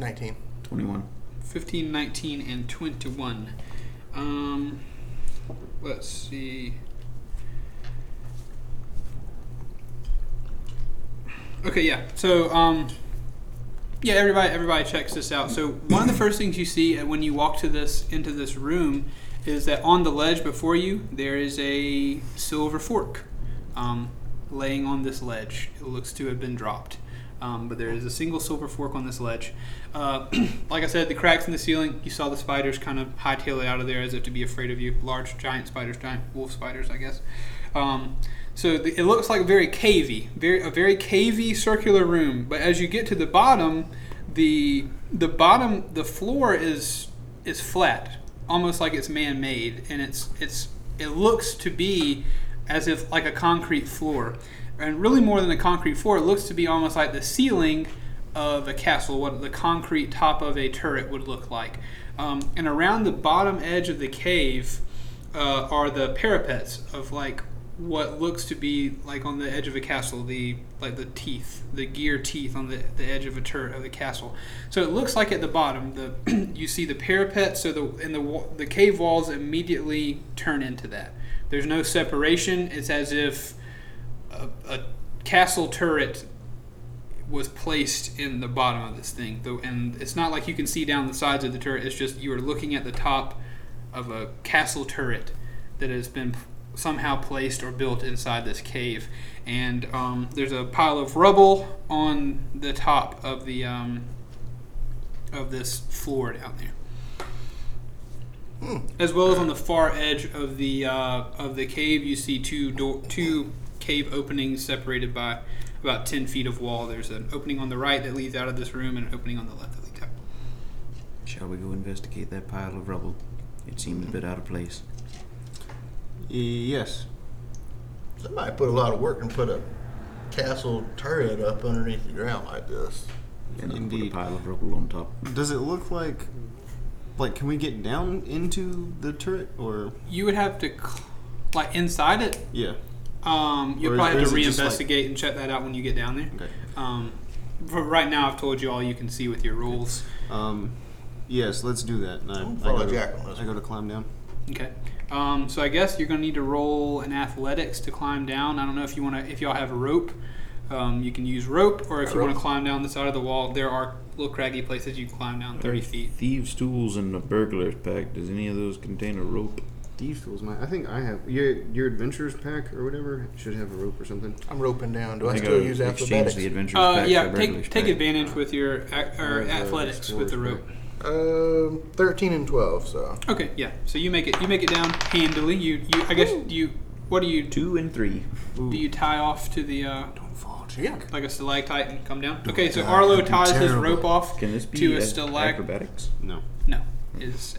nineteen.
21.
15, 19, and 21. Um, let's see. Okay, yeah. So, um, yeah, everybody, everybody checks this out. So, one of the first things you see uh, when you walk to this into this room is that on the ledge before you there is a silver fork um, laying on this ledge. It looks to have been dropped, um, but there is a single silver fork on this ledge. Uh, like I said, the cracks in the ceiling. You saw the spiders kind of hightail it out of there as if to be afraid of you. Large, giant spiders, giant wolf spiders, I guess. Um, so the, it looks like very cavey, very a very cavey circular room. But as you get to the bottom, the the bottom the floor is is flat, almost like it's man made, and it's it's it looks to be as if like a concrete floor, and really more than a concrete floor, it looks to be almost like the ceiling of a castle, what the concrete top of a turret would look like. Um, and around the bottom edge of the cave uh, are the parapets of like what looks to be like on the edge of a castle, the like the teeth, the gear teeth on the, the edge of a turret of the castle. So it looks like at the bottom, the you see the parapet. So the and the wa- the cave walls immediately turn into that. There's no separation. It's as if a, a castle turret was placed in the bottom of this thing. Though, and it's not like you can see down the sides of the turret. It's just you are looking at the top of a castle turret that has been somehow placed or built inside this cave. And um, there's a pile of rubble on the top of the um, of this floor down there. As well as on the far edge of the uh, of the cave, you see two door, two cave openings separated by about ten feet of wall. There's an opening on the right that leads out of this room, and an opening on the left that leads out.
Shall we go investigate that pile of rubble? It seems a bit out of place.
E, Yes.
Somebody put a lot of work and put a castle turret up underneath the ground like this.
And I'll put a
Indeed.
pile of rubble on top.
Does it look like. Like, can we get down into the turret? Or.
You would have to cl- like inside it.
Yeah.
Um, you'll
Or is-
probably
or
have to
is it just like-
reinvestigate and check that out when you get down there.
Okay.
Um, for right now, I've told you all you can see with your rules.
Um, yes, let's do that. And I,
I'm follow
I go
Jack
to,
on this
I go to climb down.
Okay. Um, so I guess you're gonna need to roll an athletics to climb down. I don't know if you wanna if y'all have a rope. Um, you can use rope, or if
Got
you want to
rope.
climb down the side of the wall, there are little craggy places you can climb down 30 feet.
Thieves' tools and a burglar's pack. Does any of those contain a rope?
Thieves tools, my. I think I have your your adventurers pack or whatever should have a rope or something.
I'm roping down. Do I,
think
still
would
use
exchange
athletics?
the adventurer's
Uh,
pack for
yeah,
a burglar's
take take
pack.
advantage with your ac- or
Uh,
athletics with the rope.
explorer's
Um, thirteen and twelve. So
Okay, yeah. So you make it you make it down handily. You you I guess do you what do you do?
Two and three.
Do you tie off to the uh,
Fall,
yeah,
like a stalactite and come down? Okay, so
God,
Arlo
that'd be
ties his
terrible.
rope off
Can this be
to a
ac-
stalact.
acrobatics?
No.
No. is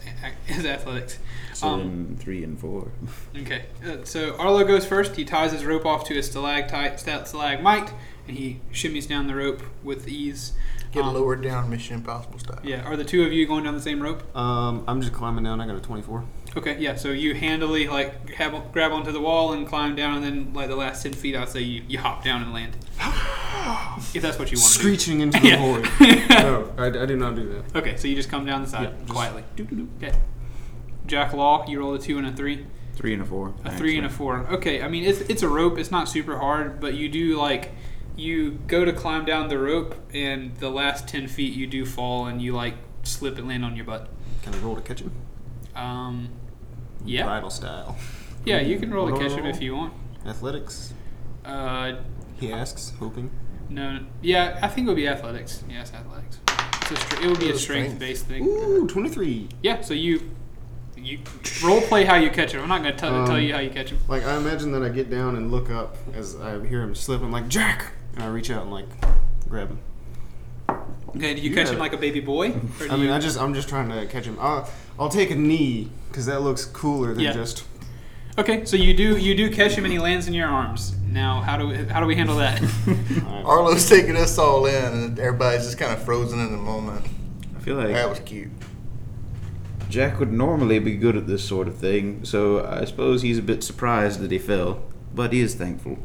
is athletics.
So
Um,
then three and four.
Okay, uh, so Arlo goes first. He ties his rope off to his stalactite, sta- stalagmite, and he shimmies down the rope with ease.
Get
Um,
lowered down Mission Impossible style.
Yeah, are the two of you going down the same rope?
Um, I'm just climbing down. I got a 24.
Okay, yeah. So you handily like grab, grab onto the wall and climb down, and then like the last ten feet, I'd say you, you hop down and land. if that's what you want. to
Screeching into the
Yeah.
void. no, I, I do not do that.
do. Okay, so you just come down the side
Yeah, just-
quietly. Okay. Jack Law, you roll a two and a three.
Three and a four.
A three and a four. Okay, I mean it's it's a rope. It's not super hard, but you do like you go to climb down the rope, and the last ten feet you do fall, and you like slip and land on your butt.
Can I roll to catch him?
Um, yeah,
Bridal style.
yeah, you can roll to catch him
Roll.
if you want.
Athletics?
Uh,
He asks, hoping.
no, yeah, I think it would be athletics. Yes, athletics. It's a str- it would be a
Ooh,
strength
strength.
based thing.
Ooh, 23.
Yeah, so you you role play how you catch him. I'm not gonna tell
Um,
tell you how you catch him.
Like, I imagine that I get down and look up as I hear him slip. I'm like, Jack! And I reach out and, like, grab him.
Okay, do you
you
catch
had
him
it.
like a baby boy? Or do
I mean,
you-
I just, I'm just trying to catch him. I'll, I'll take a knee, because that looks cooler than
Yeah.
just.
Okay, so you do you do catch him and he lands in your arms. Now, how do we, how do we handle that?
Alright.
Arlo's taking us all in, and everybody's just kind of frozen in the moment.
I feel like
That was cute.
Jack would normally be good at this sort of thing, so I suppose he's a bit surprised that he fell, but he is thankful.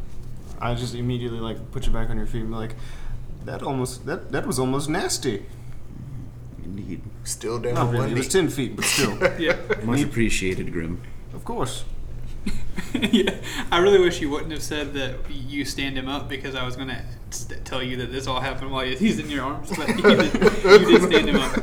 I just immediately, like, put you back on your feet and be like, that almost, that, that was almost nasty.
Indeed.
Still down
Not
one
really. It was
knee.
10 feet, but still.
yeah.
Much appreciated, Grim.
of course.
yeah, I really wish you wouldn't have said that you stand him up because I was gonna st- tell you that this all happened while he's in your arms, but you did, you did stand him up.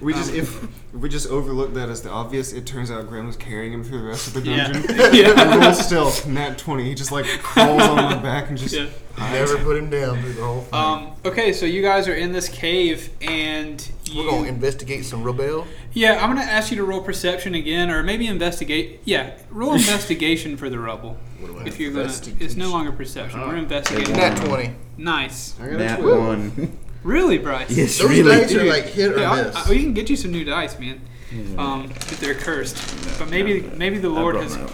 We just
Um,
if, if we just overlook that as the obvious, it turns out Graham was carrying him through the rest of the
Yeah.
dungeon.
Yeah.
Roll stealth, nat twenty. He just like crawls on my back and just
Yeah.
Never put him down through the whole thing.
Um, okay, so you guys are in this cave and you,
We're gonna investigate some rebel.
yeah, I'm gonna ask you to roll perception again, or maybe investigate. Yeah, roll investigation for the rubble.
What do I
If you're gonna, it's no longer perception. We're investigating.
Nat twenty.
Nice,
I got a
That
12.
one.
really, Bryce.
yes,
Those
really.
dice are like hit or
Yeah, I'll-
miss.
I- we can get you some new dice, man. Um, if they're cursed, but maybe maybe the
I
Lord
brought
has
my own.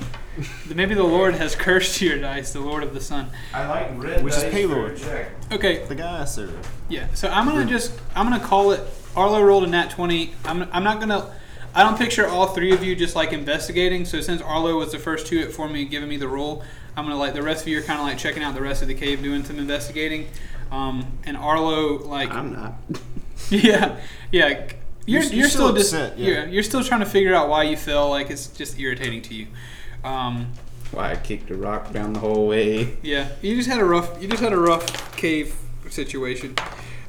maybe the Lord has cursed your dice, the Lord of the Sun.
I like red
Which is dice for Paylord.
Okay,
The guy, sir.
yeah. So I'm
Hmm.
gonna just I'm gonna call it. Arlo rolled a nat twenty. I'm I'm not gonna. I don't picture all three of you just like investigating. So since Arlo was the first two it for me, giving me the roll, I'm gonna like the rest of you are kind of like checking out the rest of the cave, doing some investigating. Um, and Arlo like
I'm not.
Yeah, yeah. You're, you're,
You're- you're
still,
still
just
upset, yeah.
yeah. You're still trying to figure out why you feel like it's just irritating to you. Um,
Why I kicked a rock down the whole way.
yeah, you just had a rough. You just had a rough cave situation.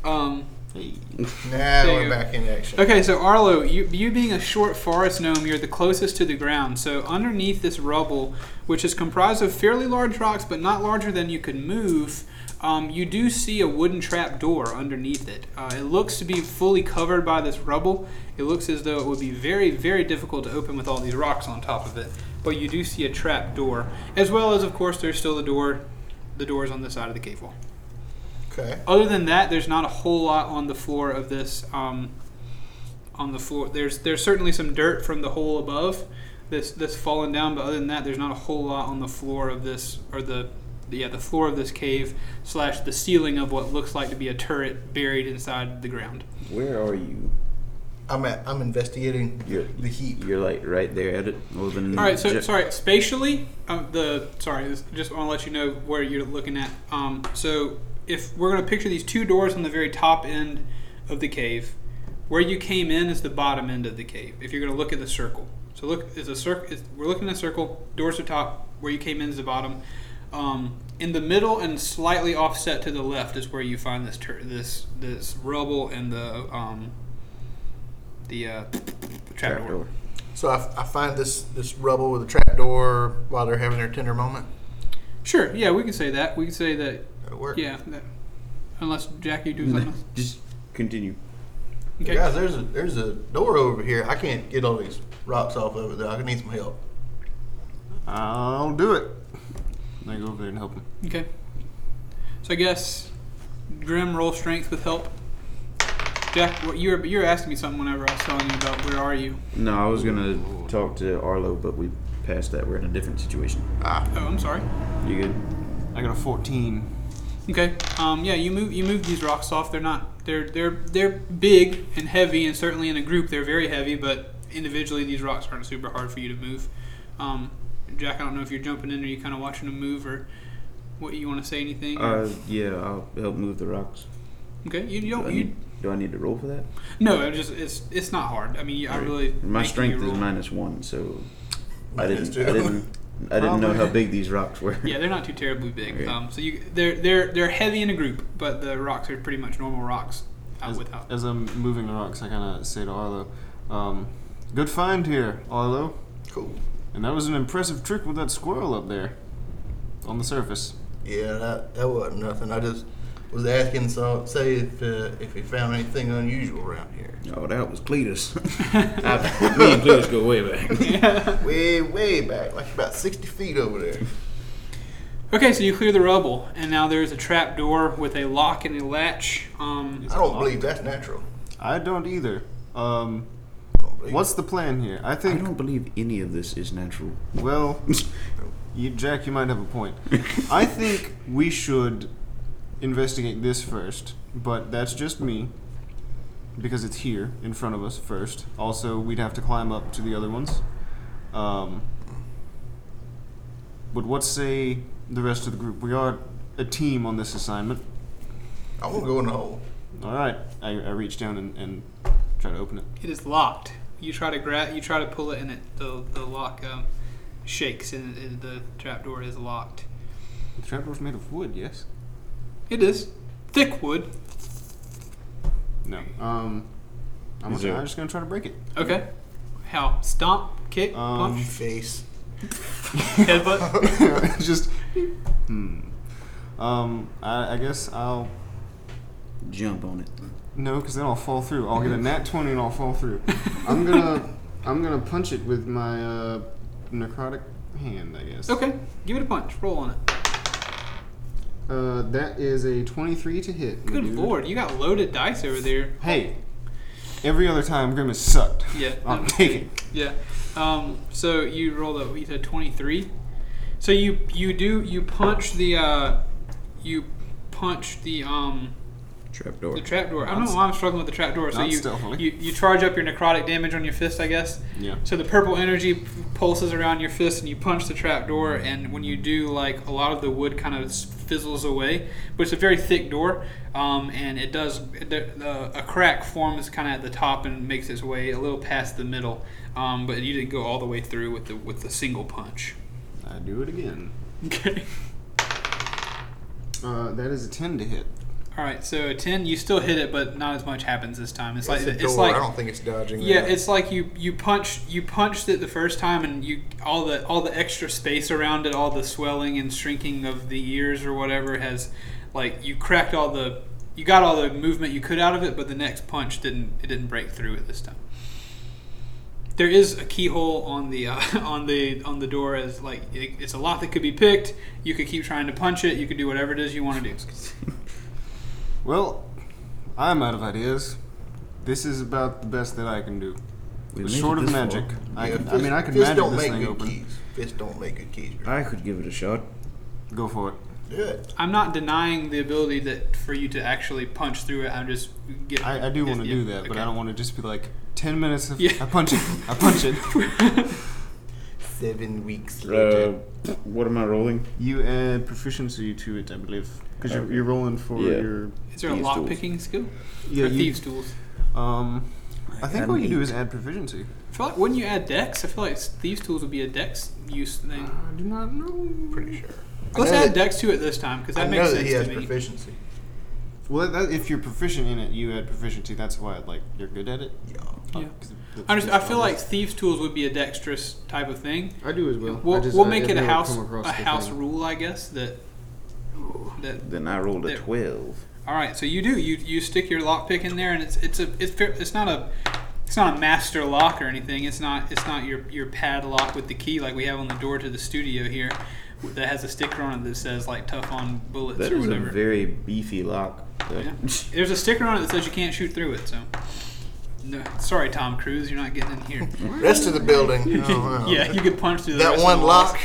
Um,
Hey.
Now
There you
we're
go.
back in action.
okay, so Arlo, you you being a short forest gnome, you're the closest to the ground. So underneath this rubble, which is comprised of fairly large rocks, but not larger than you could move. Um, you do see a wooden trap door underneath it. Uh, it looks to be fully covered by this rubble. It looks as though it would be very, very difficult to open with all these rocks on top of it. But you do see a trap door, as well as, of course, there's still the door, the doors on the side of the cave wall.
Okay.
Other than that, there's not a whole lot on the floor of this. Um, on the floor, there's there's certainly some dirt from the hole above, this that's fallen down. But other than that, there's not a whole lot on the floor of this or the yeah the floor of this cave slash the ceiling of what looks like to be a turret buried inside the ground.
Where are you?
I'm at, I'm investigating
You're-
the heap.
You're like right there at it. Well, then.
All right, so
Ja-
sorry, spatially, um, the sorry, this, just want to let you know where you're looking at. Um, so if we're going to picture these two doors on the very top end of the cave, where you came in is the bottom end of the cave. If you're going to look at the circle, so look, it's a circle. We're looking at a circle. Doors are top. Where you came in is the bottom. Um, in the middle and slightly offset to the left is where you find this tur this this rubble and the um, the uh, trapdoor.
Trapdoor.
So I, f- I find this this rubble with a trapdoor while they're having their tender moment.
Sure. Yeah, we can say that. We can say that.
That'll work.
Yeah. That, unless Jackie do something. else.
Just continue.
Okay.
Guys, there's a there's a door over here. I can't get all these rocks off of it though. I need some help.
I'll do it. And I go over there and help him.
Okay. So I guess Grim roll strength with help. Jack, what, you were you were asking me something whenever I was telling you about where are you?
No, I was gonna talk to Arlo, but we passed that. We're in a different situation.
Oh, I'm sorry.
You good?
I got a 14.
Okay. Um, yeah, you move you move these rocks off. They're not they're they're they're big and heavy, and certainly in a group they're very heavy. But individually, these rocks aren't super hard for you to move. Um, Jack, I don't know if you're jumping in or you kind of watching them move or what you want to say anything. or-
Uh, yeah, I'll help move the rocks.
okay, you, you
Do I
don't you
need, do I need to roll for that?
no. It just it's it's not hard. I mean, I really think you
My strength is
roll-
minus one, so I
Mine is
didn't. I
too.
didn't. I didn't know how
Probably.
big these rocks were.
Yeah, they're not too terribly big.
Okay.
Um, so you they're they're they're heavy in a group, but the rocks are pretty much normal rocks uh,
As,
without.
as I'm moving the rocks, I kind of say to Arlo, um, Good find here, Arlo.
Cool.
And that was an impressive trick with that squirrel up there on the surface.
Yeah, that, that wasn't nothing. I just was asking, so say if uh, if he found anything unusual around here.
Oh, that was Cletus. I, me and Cletus go way back.
Way way back, like about sixty feet over there.
Okay, so you clear the rubble, and now there's a trap door with a lock and a latch. Um,
I don't believe that's natural.
I don't either. Um,
I don't believe
what's the plan here? I
I
think,
don't believe any of this is natural.
well, you, Jack, you might have a point. I think we should investigate this first, but that's just me because it's here in front of us first. Also, we'd have to climb up to the other ones. Um, but what say the rest of the group? We are a team on this assignment.
I won't go in the hole.
All right, I, I reach down and, and try to open it.
it is locked. You try to grab, you try to pull it, and it the the lock um, shakes, and it, the trap door is locked.
The trapdoor's made of wood, yes?
It is thick wood.
No. Um, I'm,
Is
gonna,
it-
I'm just gonna try to break it.
Okay, how stomp, kick,
Um,
punch,
Face.
headbutt.
just, hmm. Um, I, I guess I'll
Jump on it.
no, because then I'll fall through. I'll get a nat twenty and I'll fall through. I'm gonna, I'm gonna punch it with my uh, necrotic hand, I guess.
Okay, give it a punch. Roll on it.
Uh, that is a twenty-three to hit. my
Good
dude.
lord, you got loaded dice over there.
Hey, every other time Grimace sucked.
Yeah,
I'm
no.
taking.
Yeah. Um, so you rolled a you said twenty three. So you you do you punch the uh, you punch the um
Trapdoor.
the trapdoor. I don't know why I'm struggling with the trapdoor. So
Not
you,
stealthily.
you you charge up your necrotic damage on your fist, I guess.
Yeah.
So the purple energy pulses around your fist, and you punch the trapdoor. And when you do, like a lot of the wood kind of fizzles away, but it's a very thick door, um, and it does the, the, a crack forms kind of at the top and makes its way a little past the middle. Um, but you didn't go all the way through with the with the single punch.
I do it again.
Okay.
Uh, that is a ten to hit.
All right. So a ten, you still hit it, but not as much happens this time. It's, like
It's a
it's
door.
like
I don't think it's dodging.
Yeah,
that.
it's like you you punch you punched it the first time, and you all the all the extra space around it, all the swelling and shrinking of the ears or whatever has, like you cracked all the you got all the movement you could out of it, but the next punch didn't it didn't break through it this time. There is a keyhole on the uh, on the on the door as like it, it's a lot that could be picked. You could keep trying to punch it. You could do whatever it is you want to do.
Well, I'm out of ideas. This is about the best that I can do.
We made it
Short of
this far.
magic, I,
Yeah,
can, I mean, I can
fist
magic
don't
this
make
thing
good
open.
Keys. Fist don't make good keys.
I could give it a shot.
Go for it.
Do it.
I'm not denying the ability that for you to actually punch through it. I'm just getting.
I, I do want to
yeah,
do that, but
okay.
I don't want to just be like ten minutes of
Yeah.
I punch it, I punch it.
Seven weeks
Uh,
later.
what am I rolling?
you add proficiency to it, I believe, because you're,
Okay.
you're rolling for
Yeah.
your
Is there a
Thieves'
lock
tools.
picking skill?
yeah.
or
you-
thieves tools.
um, I think
got
all
an
you do
eight.
is add proficiency.
I feel like wouldn't you add dex? I feel like thieves tools would be a dex use thing.
I do not know.
pretty sure.
Let's
I know
add
that-
dex to it this time because that
I know
makes
that he
sense
has
to me.
proficiency.
Well, that, if you're proficient in it, you add proficiency. That's why like you're good at it.
Yeah.
Yeah.
'Cause the-
I, just, I feel like thieves tools would be a dexterous type of thing.
I do as well. I
We'll,
just-
we'll
I-
make
I've
it a
never
house
come across
a
the
house
thing.
rule, I guess. That that
Then I rolled a
There.
twelve.
All right, so you do you you stick your lock pick in there, and it's it's a it's fair- it's not a it's not a master lock or anything. It's not it's not your your padlock with the key like we have on the door to the studio here that has a sticker on it that says like tough on bullets
That
or
is a
whatever.
very beefy lock. So-
Yeah. There's a sticker on it that says you can't shoot through it. So, no, sorry, Tom Cruise, you're not getting in here.
Rest of the building. Oh, wow.
yeah, you could punch through the
that
rest of
one
the walls.
lock.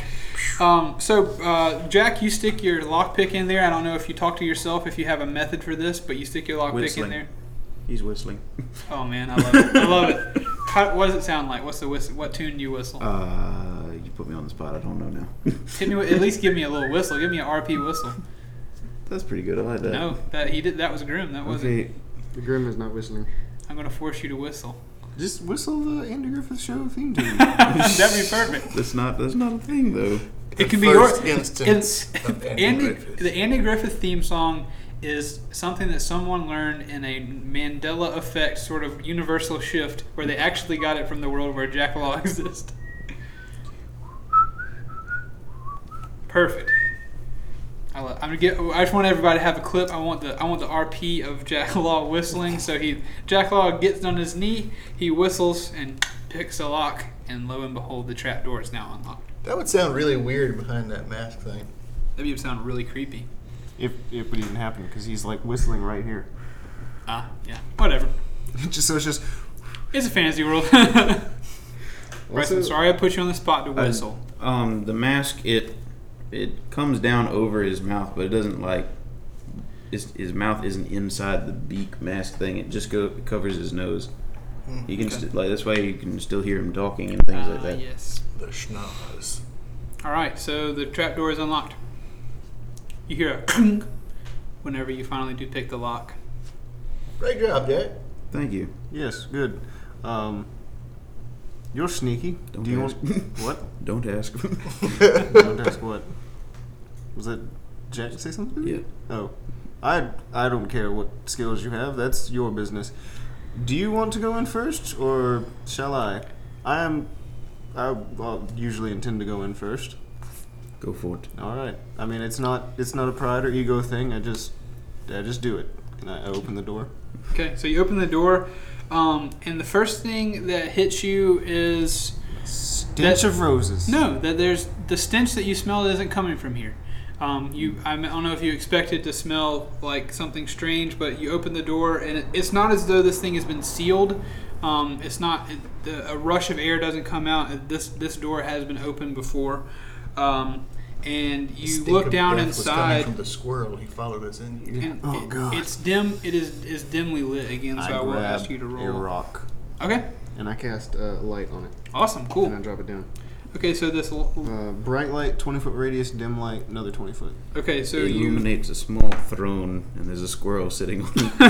Um, so, uh, Jack, you stick your lockpick in there. I don't know if you talk to yourself, if you have a method for this, but you stick your lockpick in
Whistling.
there.
He's whistling.
Oh man, I love it. I love it. How, what does it sound like? What's the whistle? What tune do you whistle?
Uh, you put me on the spot. I don't know now.
Hit me with, at least give me a little whistle. Give me an RP whistle.
That's pretty good. I like that.
No, that he did. That was grim. That wasn't.
Okay.
The Grim is not whistling.
I'm gonna force you to whistle.
Just whistle the Andy Griffith Show theme tune.
That'd be perfect.
That's not. That's not a thing though.
It can be
first
your
instance
it's-
of Andy
Andy,
Griffith.
the Andy Griffith theme song is something that someone learned in a Mandela effect sort of universal shift where they actually got it from the world where Jack Law exists. Perfect. I, lo- I'm gonna get, I just want everybody to have a clip. I want the I want the RP of Jack Law whistling. So he Jack Law gets on his knee, he whistles and picks a lock, and lo and behold, the trap door is now unlocked.
That would sound really weird behind that mask thing.
That would sound really creepy.
if, if it even happened, because he's like whistling right here.
Ah, yeah. Whatever.
just so it's just.
It's a fantasy world. Bryce, I'm
Also-
sorry I put you on the spot to whistle.
Um, the mask it it comes down over his mouth, but it doesn't like his, his mouth isn't inside the beak mask thing. It just go it covers his nose.
Hmm,
You can
Okay.
st- like that's why you can still hear him talking and things like
Ah,
that.
yes.
The schnoz.
All right, so the trap door is unlocked. You hear a kung whenever you finally do pick the lock.
Great job, Jack.
Thank you.
Yes, good. Um, you're sneaky.
Don't
Do you
ask.
want. what?
Don't ask.
Don't ask what. Was that Jack say something?
yeah.
Oh, I I don't care what skills you have. That's your business. Do you want to go in first, or shall I? I am. I well, usually intend to go in first.
Go for it.
All right. I mean, it's not it's not a pride or ego thing. I just I just do it. And I I open the door.
Okay, so you open the door, um, and the first thing that hits you is
Stench
That-
of roses.
no, that there's the stench that you smell isn't coming from here. Um, you, I don't know if you expected to smell like something strange, but you open the door and it, it's not as though this thing has been sealed. Um, it's not it, the, a rush of air doesn't come out. This this door has been opened before, um, and
The
you
stink
look
of
down
death Was coming
inside.
from the squirrel. He followed us in here.
And
Oh,
it-
God.
It's dim. It is is dimly lit again, so I, will ask you to
a
roll.
rock
Okay,
and I cast a light on it
awesome,
and I
cool.
drop it down.
Okay, so this. l- l-
Uh, bright light, twenty foot radius. Dim light, another twenty foot.
Okay, so
it
you.
illuminates a small throne, and there's a squirrel sitting on it.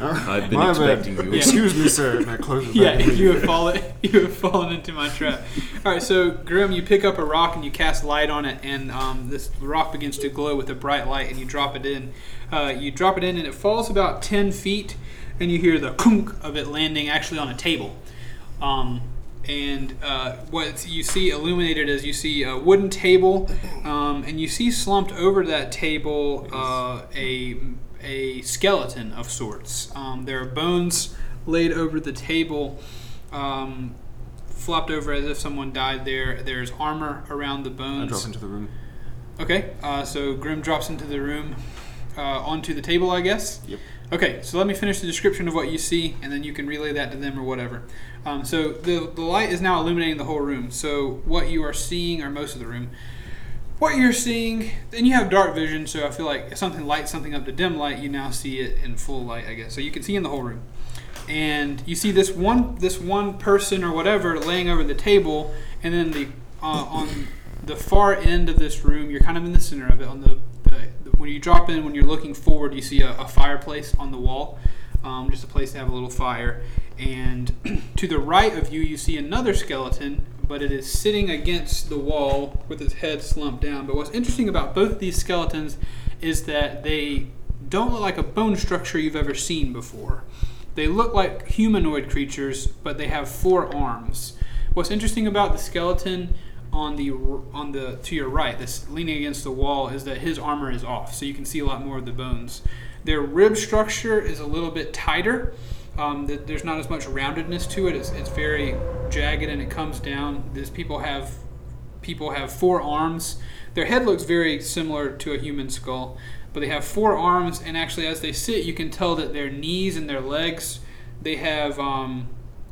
I've been
My
expecting
bad.
you.
Excuse me, sir. And I close it
Yeah,
back.
you have fallen. You have fallen into my trap. All right, so Grim, you pick up a rock and you cast light on it, and um, this rock begins to glow with a bright light, and you drop it in. Uh, you drop it in, and it falls about ten feet, and you hear the kunk of it landing actually on a table. Um, and uh, what you see illuminated is you see a wooden table, um, and you see slumped over that table uh, a a skeleton of sorts. Um, there are bones laid over the table, um, flopped over as if someone died there. There's armor around the
I
bones.
drop into the room.
Okay, uh, so Grim drops into the room, uh, onto the table, I guess.
Yep.
Okay, so let me finish the description of what you see, and then you can relay that to them or whatever. Um, so the, the light is now illuminating the whole room. So what you are seeing, or most of the room, what you're seeing, and you have dark vision, so I feel like if something lights something up to dim light, you now see it in full light, I guess. So you can see in the whole room, and you see this one this one person or whatever laying over the table, and then the uh, on the far end of this room, you're kind of in the center of it. On the, the when you drop in, when you're looking forward, you see a, a fireplace on the wall, um, just a place to have a little fire. And to the right of you, you see another skeleton, but it is sitting against the wall with its head slumped down. But what's interesting about both of these skeletons is that they don't look like a bone structure you've ever seen before. They look like humanoid creatures, but they have four arms. What's interesting about the skeleton on the on the to your right, that's leaning against the wall, is that his armor is off, so you can see a lot more of the bones. Their rib structure is a little bit tighter. Um, th- there's not as much roundedness to it. It's, it's very jagged and it comes down. These people have people have four arms. Their head looks very similar to a human skull. but they have four arms, and actually, as they sit, you can tell that their knees and their legs, they have um,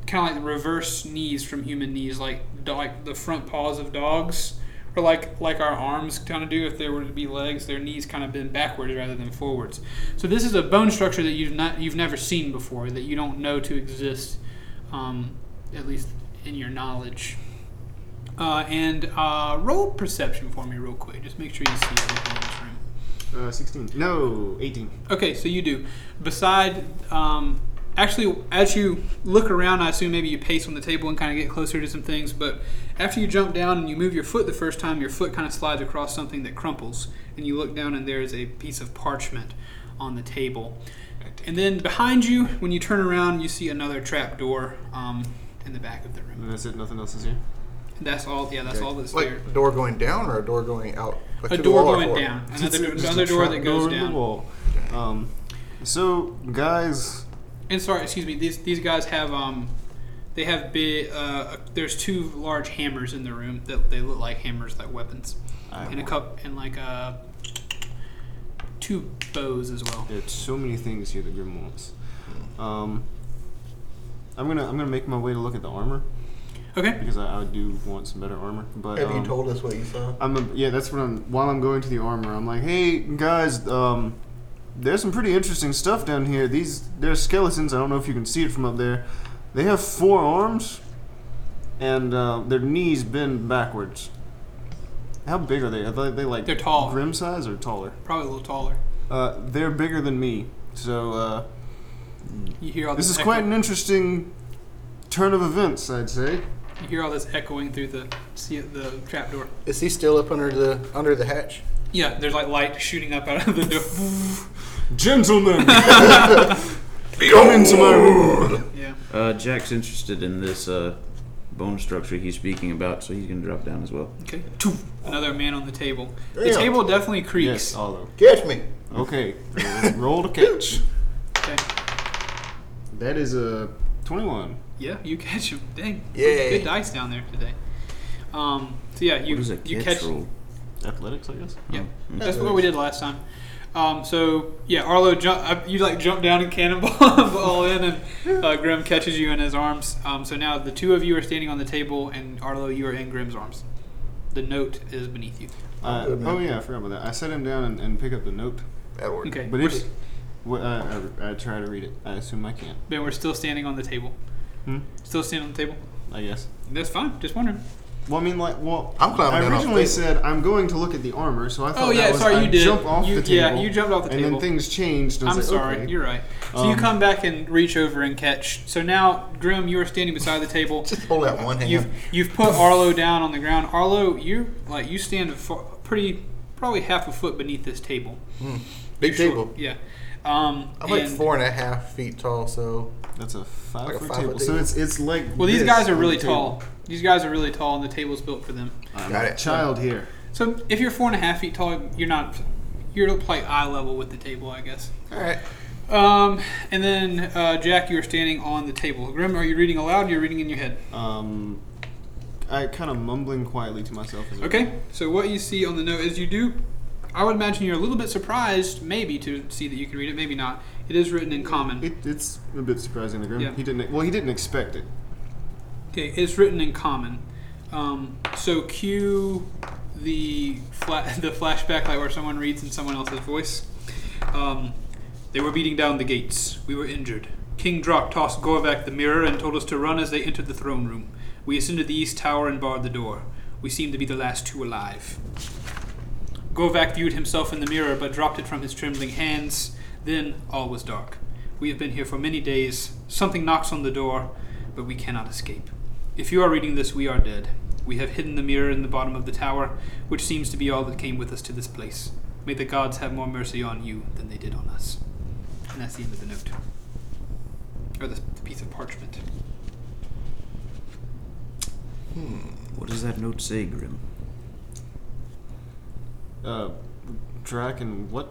kind of like the reverse knees from human knees, like do- like the front paws of dogs, or like like our arms kind of do if there were to be legs. Their knees kind of bend backwards rather than forwards. So this is a bone structure that you've not you've never seen before, that you don't know to exist, um, at least in your knowledge. Uh, and uh, roll perception for me real quick. Just make sure you see everything in this room.
Uh, 16. No, 18.
Okay, so you do. Beside, um, actually, as you look around, I assume maybe you pace on the table and kind of get closer to some things. But after you jump down and you move your foot the first time, your foot kind of slides across something that crumples, and you look down and there is a piece of parchment on the table. And then behind you, when you turn around, you see another trap door um, in the back of the room.
And that's it. Nothing else is here.
That's all. Yeah, that's all that's
Like
there.
a door going down or a door going out? Like
A
to the
door
wall or
going
what?
down.
It's
Another,
just a
another door
trap
that goes
door in
down.
The wall. Um, so, guys,
And sorry, excuse me. These these guys have um, they have big. Uh, there's two large hammers in the room that they look like hammers, like weapons,
I-
and a cup and like uh, two bows as well.
there's so many things here that Grim wants. Um, I'm gonna I'm gonna make my way to look at the armor
Okay.
because I, I do want some better armor. But
Have you
um,
told us what you saw?
I'm a, yeah, that's what I'm. While I'm going to the armor, I'm like, hey guys, um, there's some pretty interesting stuff down here. These they're skeletons. I don't know if you can see it from up there. They have four arms, and uh, their knees bend backwards. How big are they? Are they, they like
They're tall.
grim size or taller?
Probably a little taller.
Uh, they're bigger than me. So uh,
You hear all
this
this.
is
echo-
quite an interesting turn of events, I'd say.
You hear all this echoing through the see the trap door.
Is he still up under the under the hatch?
Yeah, there's like light shooting up out of the door.
Gentlemen, come into my room.
Yeah.
Uh, Jack's interested in this uh, bone structure he's speaking about, so he's gonna drop down as well.
Okay. Another man on the table. The
Damn.
table definitely creaks.
Yes, Olive.
Catch me.
Okay, roll to catch.
Okay.
That is a 21.
Yeah, you catch him. Dang.
Yay.
Good dice down there today. Um, so yeah, you
what is a
you
catch,
catch.
roll?
Athletics, I guess.
Yeah,
Oh,
that's what we did last time. Um, so yeah, Arlo, jump, uh, you like jump down and cannonball all in, and uh, Grim catches you in his arms. Um, so now the two of you are standing on the table, and Arlo, you are in Grim's arms. The note is beneath you.
Uh,
Good, man.
oh, yeah, I forgot about that. I set him down and, and pick up the note.
That'll work.
Okay,
But
we're
it's.
s-
What, I, I, I try to read it. I assume I can.
Ben, we're still standing on the table.
Hmm?
Still standing on the table.
I guess.
That's fine. Just wondering.
Well, I mean, like, well,
I'm climbing
I
down off
originally
the
said I'm going to look at the armor, so I thought
Oh, yeah,
that was
sorry, you
I'd
did.
jump off
You-
the table.
yeah, you jumped off the
And
table.
then things changed. And I
I'm
was like,
sorry,
okay.
you're right. So you
Um,
come back and reach over and catch. So now, Grim, you are standing beside the table.
Just hold out one hand.
You've you've put Arlo down on the ground. Arlo, you like you stand a fo- pretty probably half a foot beneath this table.
Big
You're
table.
short- yeah. Um,
I'm like
and-
four and a half feet tall, so
That's a five
Like a
foot
five-foot
table. So
table.
it's it's like.
Well, these
this
guys are
on the
really
table.
tall. These guys are really tall, and the table's built for them.
I'm
Got
a
it.
Child here.
So if you're four and a half feet tall, you're not you're like eye level with the table, I guess.
all right.
Um, and then uh, Jack, you are standing on the table. Grim, are you reading aloud? Or you're reading in your head.
Um, I kind of mumbling quietly to myself. As I read.
Okay, so what you see on the note is you do. I would imagine you're a little bit surprised, maybe, to see that you can read it, maybe not. It is written in common.
It, it's a bit surprising to Grim.
Yeah.
He didn't. Well, he didn't expect it.
Okay, it's written in common. Um, so cue the fla- the flashback light where someone reads in someone else's voice. Um, they were beating down the gates. We were injured. King Drok tossed Gorvac the mirror and told us to run as they entered the throne room. We ascended the east tower and barred the door. We seemed to be the last two alive. Gorvac viewed himself in the mirror but dropped it from his trembling hands. Then all was dark. We have been here for many days. Something knocks on the door, but we cannot escape. If you are reading this, we are dead. We have hidden the mirror in the bottom of the tower, which seems to be all that came with us to this place. May the gods have more mercy on you than they did on us. And that's the end of the note. Or the, the piece of parchment.
What does that note say, Grim?
Uh, Drac and what?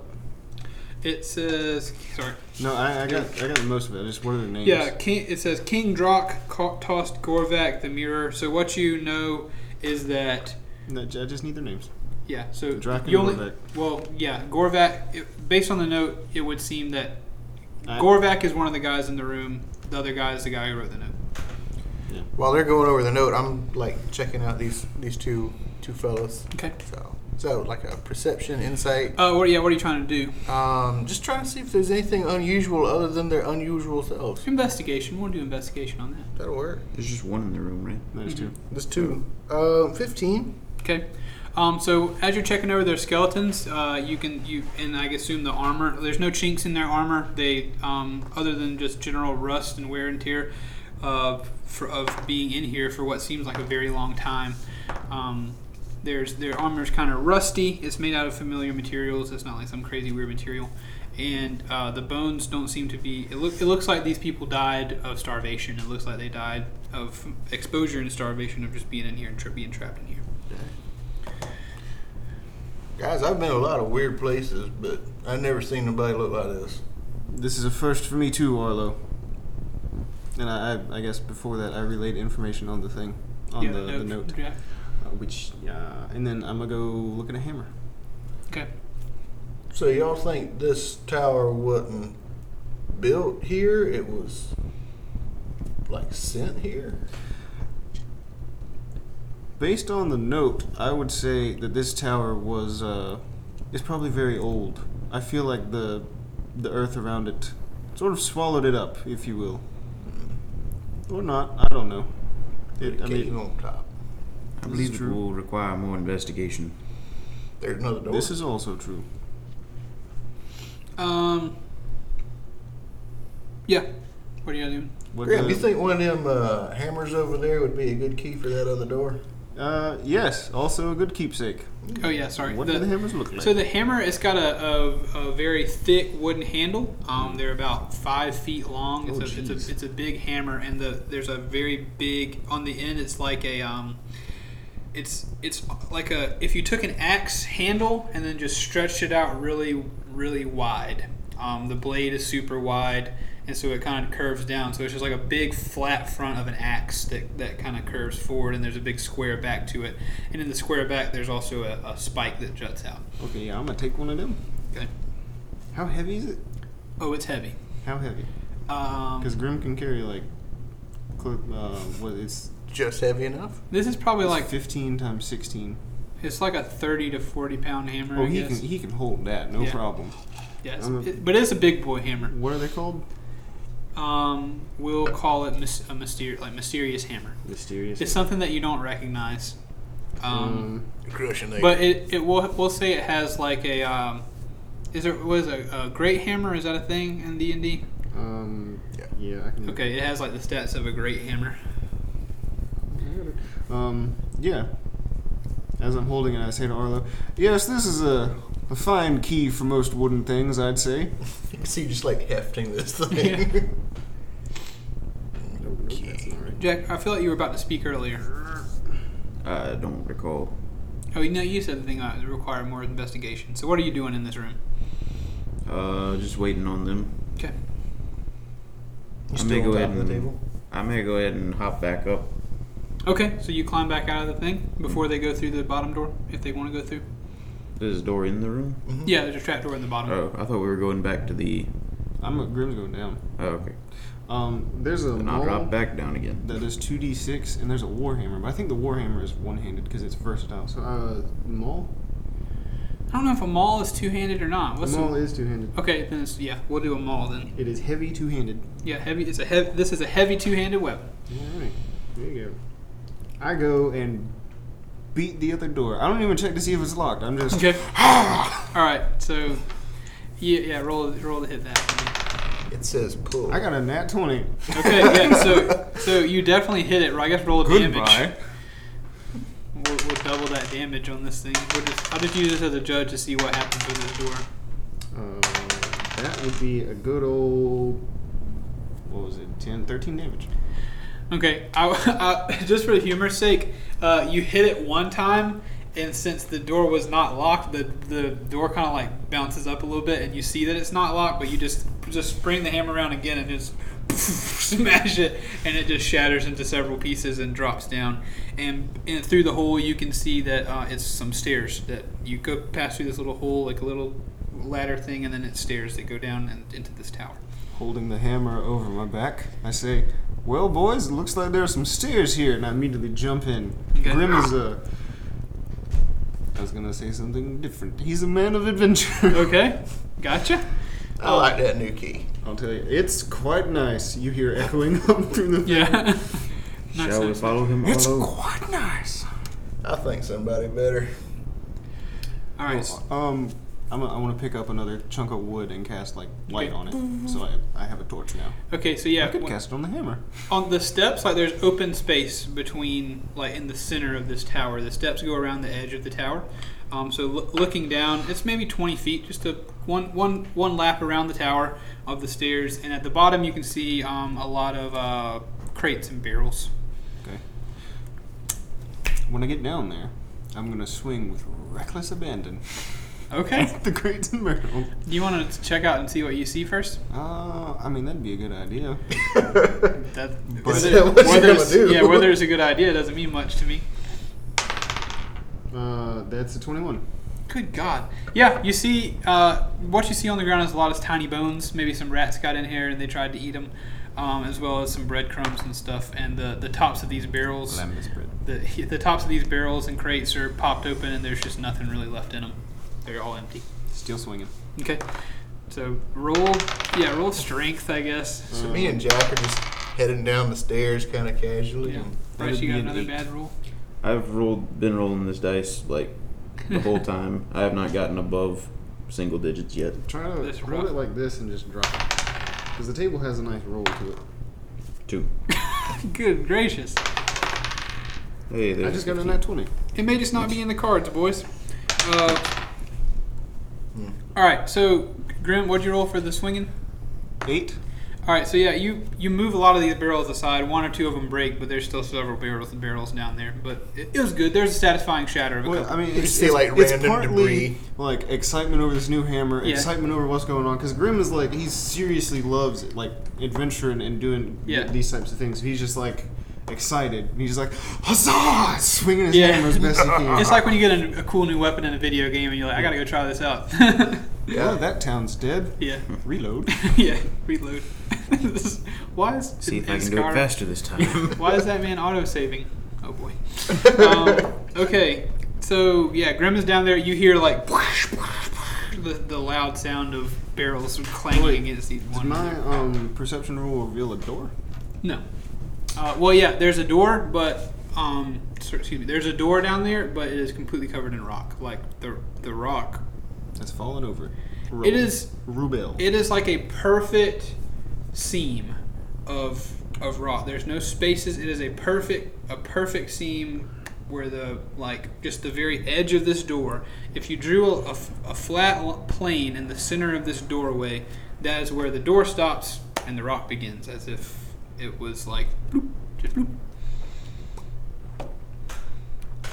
It says. Sorry.
No, I, I got I got most of it. I just what are their names?
Yeah, King, it says King Drok ca- tossed Gorvac the mirror. So what you know is that
No, I just need their names.
Yeah, so
Draken
you only-
Gorvac.
Well, yeah, Gorvac. It, based on the note, it would seem that
I-
Gorvac is one of the guys in the room. The other guy is the guy who wrote the note.
While they're going over the note, I'm like checking out these these two two fellas.
Okay.
So so like a perception insight.
Uh, what? Yeah. What are you trying to do?
Um, just trying to see if there's anything unusual other than their unusual selves.
Investigation. We'll do investigation on that.
That'll work.
There's just one in the room, right?
There's two.
Mm-hmm.
There's two. Um, fifteen.
Okay. Um, so as you're checking over their skeletons, uh, you can you and I assume the armor. There's no chinks in their armor. They um, other than just general rust and wear and tear of for, of being in here for what seems like a very long time. Um, there's their armor is kind of rusty. It's made out of familiar materials. It's not like some crazy weird material. And uh, the bones don't seem to be. It, look, it looks like these people died of starvation. It looks like they died of exposure and starvation of just being in here and tra- being trapped in here.
Guys, I've been a lot of weird places, but I've never seen nobody look like this.
This is a first for me too, Arlo. And I, I, I guess before that, I relayed information on the thing, on
Yeah,
the, the note,
Yeah.
uh, which, uh, and then I'm gonna go look at a hammer.
Okay.
So y'all think this tower wasn't built here? It was like sent here?
Based on the note, I would say that this tower was uh, is probably very old. I feel like the the earth around it sort of swallowed it up, if you will,
Hmm.
or not. I don't know. It, I
came
mean,
on top.
I
This is
believe it
true.
will require more investigation.
There's another door.
this is also true.
Um. Yeah. What are you doing?
What
Graham,
the-
you think one of them uh, hammers over there would be a good key for that other door?
Uh, yes. Also a good keepsake.
Oh yeah, sorry.
Hmm. What
The-
do the hammers look like?
so the hammer, it's got a, a, a very thick wooden handle. Um, they're about five feet long. It's,
Mm. Oh,
a, it's
jeez.
a it's a big hammer, and the there's a very big on the end. It's like a um, it's it's like a if you took an axe handle and then just stretched it out really really wide. Um, the blade is super wide, and so it kind of curves down. So it's just like a big flat front of an axe that, that kind of curves forward, and there's a big square back to it. And in the square back, there's also a, a spike that juts out.
okay, yeah, I'm gonna take one of them.
Okay.
How heavy is it?
Oh, it's heavy.
How heavy? Because
Um,
Grim can carry like, cl- uh, what is
Just heavy enough?
this is probably like
15 times 16.
it's like a thirty to forty pound hammer.
Oh,
I
he
guess.
can he can hold that, no
Yeah.
problem.
yeah, it's-
I'm a-
it- but it's a big boy hammer.
What are they called?
Um, we'll call it mys- a myster- like mysterious hammer.
Mysterious.
It's something that you don't recognize. Um,
Crushing
Mm.
it.
but it, it will we'll say it has like a um, is there was a, a great hammer is that a thing in D and D?
Um,
Yeah.
yeah. I can.
Okay, it has like the stats of a great hammer.
Um, yeah. As I'm holding it, I say to Arlo, "Yes, this is a, a fine key for most wooden things, I'd say."
you can see just like hefting this thing.
Nope, nope, that's not right.
Jack, I feel like you were about to speak earlier.
I don't recall.
Oh, no, you said the thing that required more investigation. So what are you doing in this room?
Uh, just waiting on them.
Okay.
You
I may
still
go
on top
ahead
of
and
the table?
I may go ahead and hop back up.
Okay, so you climb back out of the thing before they go through the bottom door, if they want to go through.
There's a door in the room.
Yeah, there's a trap door in the bottom.
Oh, I thought we were going back to the.
I'm a, Grim's going down.
Oh, okay.
Um, there's a
Then I'll
mole
drop back down again.
that is 2d6, and there's a warhammer. But I think the warhammer is one-handed because it's versatile. So uh, maul,
I don't know if a maul is two-handed or not. What's
maul
the,
is two-handed.
okay? Then it's, yeah, we'll do a maul then.
It is heavy two-handed.
Yeah, heavy. It's a heavy. This is a heavy two-handed weapon.
All right, there you go. I go and beat the other door. I don't even check to see if it's locked. I'm just
Okay. All right. So, yeah, yeah. Roll, roll to hit that.
It says pull.
I got a nat twenty.
Okay. Yeah. So, so you definitely hit it. Right. I guess roll a damage.
Goodbye.
We'll, we'll double that damage on this thing. We'll just, I'll just use this as a judge to see what happens with this door.
Uh, that would be a good old. What was it? 10, 13 damage.
Okay, I, I, just for humor's sake, uh, you hit it one time, and since the door was not locked, the, the door kind of like bounces up a little bit, and you see that it's not locked, but you just just bring the hammer around again and just smash it, and it just shatters into several pieces and drops down. And, and through the hole, you can see that uh, it's some stairs that you go past through this little hole, like a little ladder thing, and then it's stairs that go down and into this tower.
Holding the hammer over my back, I say, Well, boys, it looks like there are some stairs here, and I immediately jump in.
Okay.
Grim is a. I was gonna say something different. He's a man of adventure.
Okay, gotcha.
I like that new key.
I'll tell you, it's quite nice. You hear echoing up through the.
Yeah. Nice,
Shall we
nice.
follow him
It's
all over?
quite nice.
I think somebody better.
All right. s-
Um, I'm a, I want to pick up another chunk of wood and cast like light
Okay.
on it, so I, I have a torch now.
Okay, so yeah,
I could
wh-
cast it on the hammer.
on the steps, like there's open space between, like in the center of this tower. The steps go around the edge of the tower. Um, so loo- looking down, it's maybe 20 feet, just a one one one lap around the tower of the stairs, and at the bottom you can see um, a lot of uh, crates and barrels.
Okay. When I get down there, I'm gonna swing with reckless abandon.
Okay,
the crates and barrel.
do you want to check out and see what you see first?
Uh, I mean that'd be a good idea.
That,
that what you're gonna
it's-
do?
yeah, whether it's a good idea doesn't mean much to me.
Uh, that's a 21.
Good God. Yeah, you see, uh, what you see on the ground is a lot of tiny bones. Maybe some rats got in here and they tried to eat them, um, as well as some breadcrumbs and stuff. And the, the tops of these barrels,
Lambus bread.
the, the tops of these barrels and crates are popped open, and there's just nothing really left in them. They're all empty.
Still swinging.
Okay, so roll, yeah, roll strength, I
Mm.
guess.
So me and Jack are just heading down the stairs kind of casually.
Yeah.
and
Bryce,
that'd
you got
be an
another
eight.
bad roll?
I've rolled, been rolling this dice like the whole time. I have not gotten above single digits yet.
Try to
This
hold
rock.
it like this and just drop it. Because the table has a nice roll to it.
Two.
Good gracious.
Hey, there's
I just got a
fifteen.
nat 20.
It may just not be in the cards, boys. Uh, All right, so Grim, what'd you roll for the swinging?
Eight.
All right, so yeah, you you move a lot of these barrels aside. One or two of them break, but there's still several barrels barrels down there. But it, it was good. There's a satisfying shatter of a
Well,
couple.
I mean, it's,
see,
it's,
like,
it's
random
partly
debris.
like excitement over this new hammer,
Yeah.
excitement over what's going on. Because Grim is like he seriously loves like adventure and, and doing
Yeah.
these types of things. He's just like excited. And he's like huzzah, swinging his
Yeah.
hammer as best he can.
it's like when you get a, a cool new weapon in a video game, and you're like, I gotta go try this out.
yeah, that town's dead.
yeah,
Reload.
yeah. Reload. This is- why is
See if
in-
I
in
can do it
Skyrim-
faster this time.
Why is that man auto saving? Oh boy. Um, okay, so yeah, Grim is down there. You hear like the, the loud sound of barrels clanging against each
Does
one.
my um, perception roll reveal a door?
No. Uh, well, yeah, there's a door, but um, sor- excuse me, there's a door down there, but it is completely covered in rock. Like the the rock,
That's fallen over. Ru-
it is
Rubel.
it is like a perfect seam of of rock. There's no spaces. It is a perfect a perfect seam where the like just the very edge of this door. If you drew a, a f- a flat l- plane in the center of this doorway, that is where the door stops and the rock begins, as if it was like bloop, just bloop.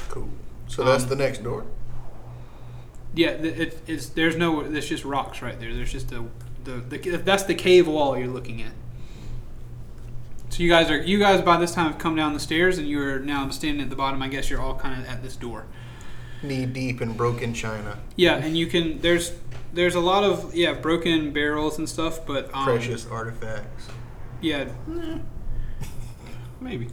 Cool. So that's
Um,
the next door.
Yeah, th- it, it's there's no there's just rocks right there. There's just a the, the that's the cave wall you're looking at. So you guys are you guys by this time have come down the stairs and you're now standing at the bottom. I guess you're all kind of at this door.
Knee deep in broken china.
Yeah, and you can there's there's a lot of yeah broken barrels and stuff, but um,
Precious artifacts.
Yeah,
Maybe.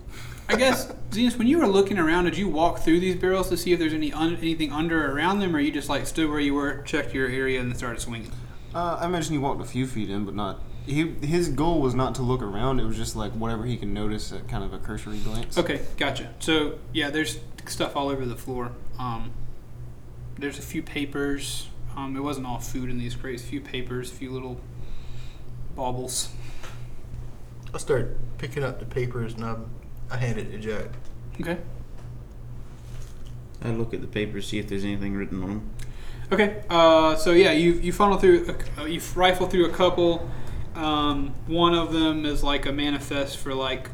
I guess Zenas, when you were looking around, did you walk through these barrels to see if there's any un, anything under or around them, or you just like stood where you were, checked your area, and then started swinging?
Uh, I imagine he walked a few feet in, but not. He, his goal was not to look around. It was just like whatever he can notice at kind of a cursory glance.
Okay, gotcha. So yeah, there's stuff all over the floor. Um, there's a few papers. Um, it wasn't all food in these crates. A few papers, a few little baubles.
I start picking up the papers and I, I hand it to Jack.
Okay.
I look at the papers, see if there's anything written on them.
Okay. Uh, so yeah, you you funnel through, a, uh, you rifle through a couple. Um, one of them is like a manifest for like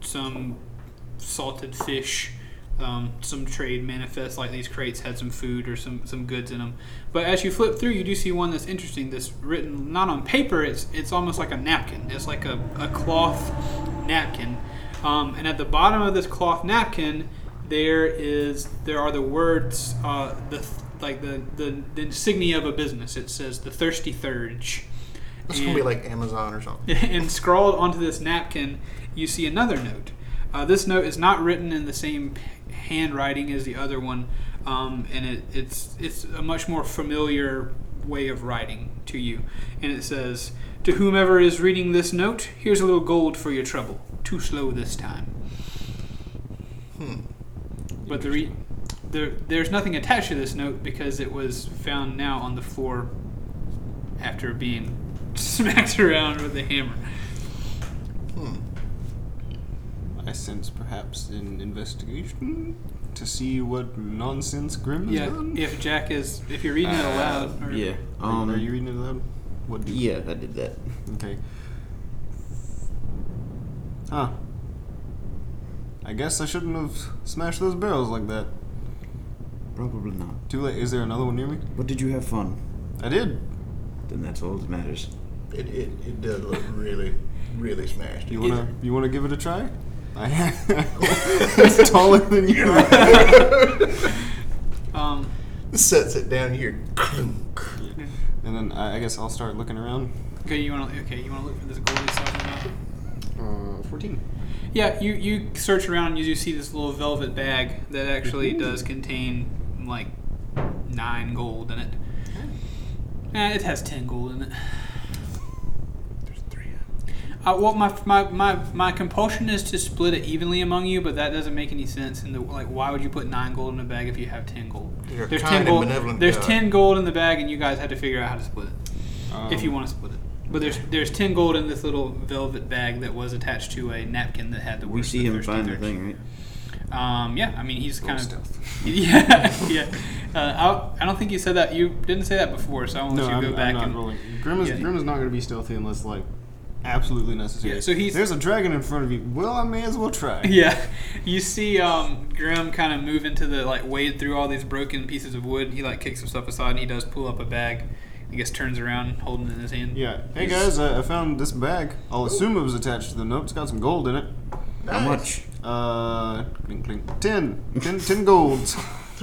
some salted fish. Um, some trade manifests like these crates had some food or some, some goods in them. But as you flip through, you do see one that's interesting. That's written not on paper. It's it's almost like a napkin. It's like a, a cloth napkin. Um, and at the bottom of this cloth napkin, there is there are the words uh, the th- like the, the the insignia of a business. It says the thirsty thurge.
It's gonna be
And-
like Amazon or something.
and scrawled onto this napkin, you see another note. Uh, this note is not written in the same handwriting as the other one, um, and it, it's it's a much more familiar way of writing to you. And it says, "To whomever is reading this note, here's a little gold for your trouble. Too slow this time." But the re- there, there's nothing attached to this note because it was found now on the floor after being smacked around with a hammer.
I sense perhaps an investigation to see what nonsense Grim has
Yeah,
done.
if Jack is, if you're reading it aloud, or,
Yeah.
Are,
Um,
are you reading it aloud? What? Do
Yeah, I did that.
Okay. Huh. I guess I shouldn't have smashed those barrels like that.
Probably not.
Too late. Is there another one near me?
But did you have fun?
I did.
Then that's all that matters.
It, it, it does look really, really smashed.
You wanna you wanna give it a try? I it's taller than you.
um,
sets it down here.
and then I, I guess I'll start looking around.
okay, you want to, okay, you want to look for this gold he's talking about?
Uh, fourteen.
Yeah, you you search around, and you do see this little velvet bag that actually does contain like nine gold in it. Eh, it has ten gold in it.
There's three.
Uh, well, my, my, my, my compulsion is to split it evenly among you, but that doesn't make any sense. And the, like, why would you put nine gold in a bag if you have ten gold?
You're a
there's
kind
ten
and
gold.
benevolent
There's
God.
ten gold in the bag, and you guys had to figure out how to split it
Um,
if you want to split it. But there's there's ten gold in this little velvet bag that was attached to a napkin that had the.
We
words
see
the
him
thirsty
find the
thirst.
thing, right?
Um, yeah, I mean he's kind of.
stealth.
Yeah, yeah. Uh, I, I don't think you said that. You didn't say that before, so I won't
No,
let you
I'm,
go
I'm
back
not
and.
rolling. Grim is
Yeah.
Grim is not gonna be stealthy unless like absolutely necessary.
Yeah, so he's-
there's a dragon in front of you. Well, I may as well try.
Yeah, you see um, Grim kind of move into the like wade through all these broken pieces of wood. He like kicks himself aside and he does pull up a bag. I guess turns around, holding it in his hand.
Yeah. Hey guys, I, I found this bag.
Oh.
I'll assume it was attached to the note. It's got some gold in it.
How much?
Uh, clink, clink. Ten. Ten, ten golds.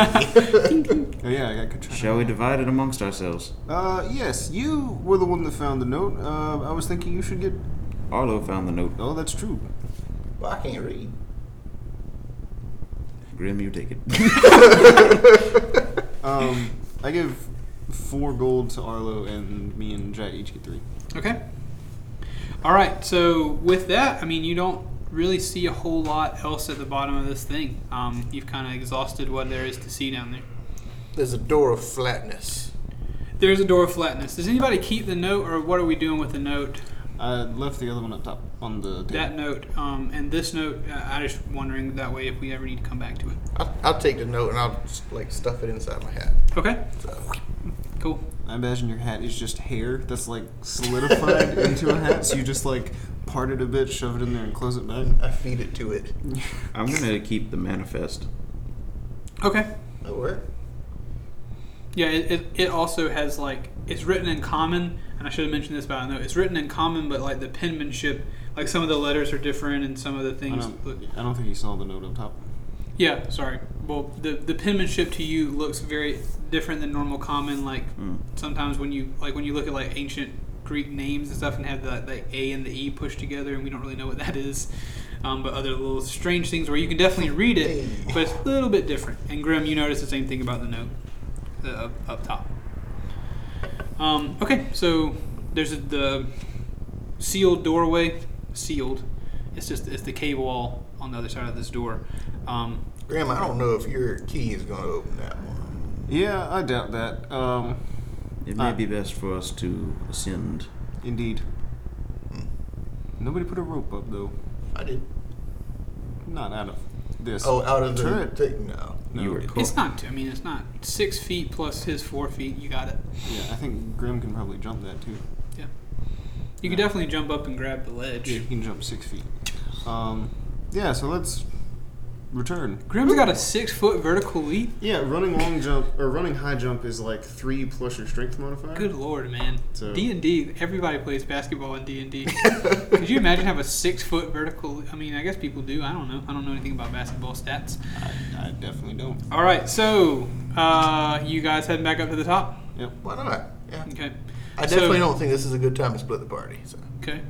Oh, yeah, I could try.
Shall we divide it amongst ourselves?
Uh, yes, you were the one that found the note. Uh, I was thinking you should get.
Arlo found the note.
Oh, that's true.
Well, I can't read.
Grim, you take it.
Um, I give four gold to Arlo, and me and Jack each get three.
Okay. All right. So with that, I mean, you don't really see a whole lot else at the bottom of this thing. Um, you've kind of exhausted what there is to see down there.
There's a door of flatness.
There's a door of flatness. Does anybody keep the note, or what are we doing with the note?
I left the other one up top on the table.
That note um, and this note. Uh, I just wondering that way if we ever need to come back to it.
I'll, I'll take the note and I'll just, like stuff it inside my hat.
Okay.
So,
Cool.
I imagine your hat is just hair that's like solidified into a hat, so you just like part it a bit, shove it in there, and close it back.
I feed it to it.
I'm gonna keep the manifest.
Okay.
Oh,
That work?
Yeah, it, it, it also has like it's written in common, and I should have mentioned this, but I know it's written in common. But like the penmanship, like some of the letters are different, and some of the
I
things. Look,
don't, I don't think you saw the note up top.
yeah, sorry. Well, the the penmanship to you looks very different than normal common. Like sometimes when you like when you look at like ancient Greek names and stuff, and have the, the A and the E pushed together, and we don't really know what that is. Um, but other little strange things where you can definitely read it, but it's a little bit different. And Grim, you notice the same thing about the note the, up, up top. Um, okay, so there's a, the sealed doorway. Sealed. It's just it's the cave wall on the other side of this door. Um,
Graham, I don't know if your key is gonna open that one.
Yeah, I doubt that. Um,
It may
Ah.
be best for us to ascend.
indeed. Nobody put a rope up though.
I did.
Not out of this.
Oh, out of the
Turret.
thing? No.
No,
You were
it-
cool.
It's not. I mean, it's not six feet plus his four feet. You got it.
Yeah, I think Grim can probably jump that too.
Yeah. You could definitely jump up and grab the ledge.
Yeah, he can jump six feet. Um, yeah, so let's return.
Grimm's got a six foot vertical leap.
Yeah, running long jump or running high jump is like three plus your strength modifier.
Good lord, man.
So-
D and D. Everybody plays basketball in D and D. Could you imagine have a six foot vertical? I mean, I guess people do. I don't know. I don't know anything about basketball stats.
I definitely don't.
All right, so uh, you guys heading back up to the top?
Why not? Yeah.
Okay.
I definitely
So-
don't think this is a good time to split the party. So.
Okay.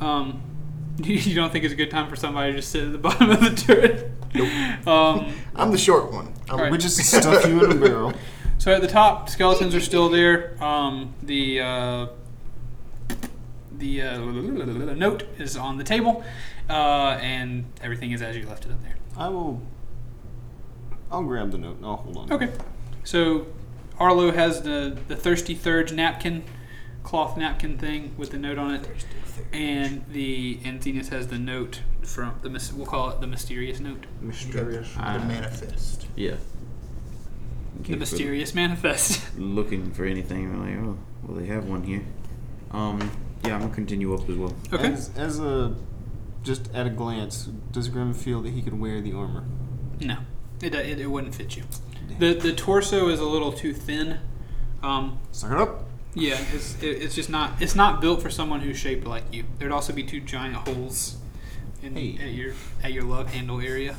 Um, you- you don't think it's a good time for somebody to just sit at the bottom of the turret? Um,
I'm the short one. I'm,
Alright.
We just stuff you in a barrel.
so at the top, skeletons are still there. Um, the uh, the uh, note is on the table, uh, and everything is as you left it up there.
I will. I'll grab the note and I'll hold on.
Okay. So Arlo has the, the thirsty third napkin, cloth napkin thing with the note on it. And the and Zenith has the note from the mys- we'll call it the mysterious note.
You got the
Ah.
manifest.
Yeah. In case
The
we're
mysterious manifest.
Looking for anything, I'm like, oh, well, they have one here. Um, yeah, I'm gonna continue up as well.
Okay.
As, as a, just at a glance, does Grim feel that he could wear the armor?
No, it, do- it it wouldn't fit you. The the torso is a little too thin. Um,
Suck it up.
yeah, it's it, it's just not it's not built for someone who's shaped like you. There'd also be two giant holes in
Hey.
at your at your love handle area.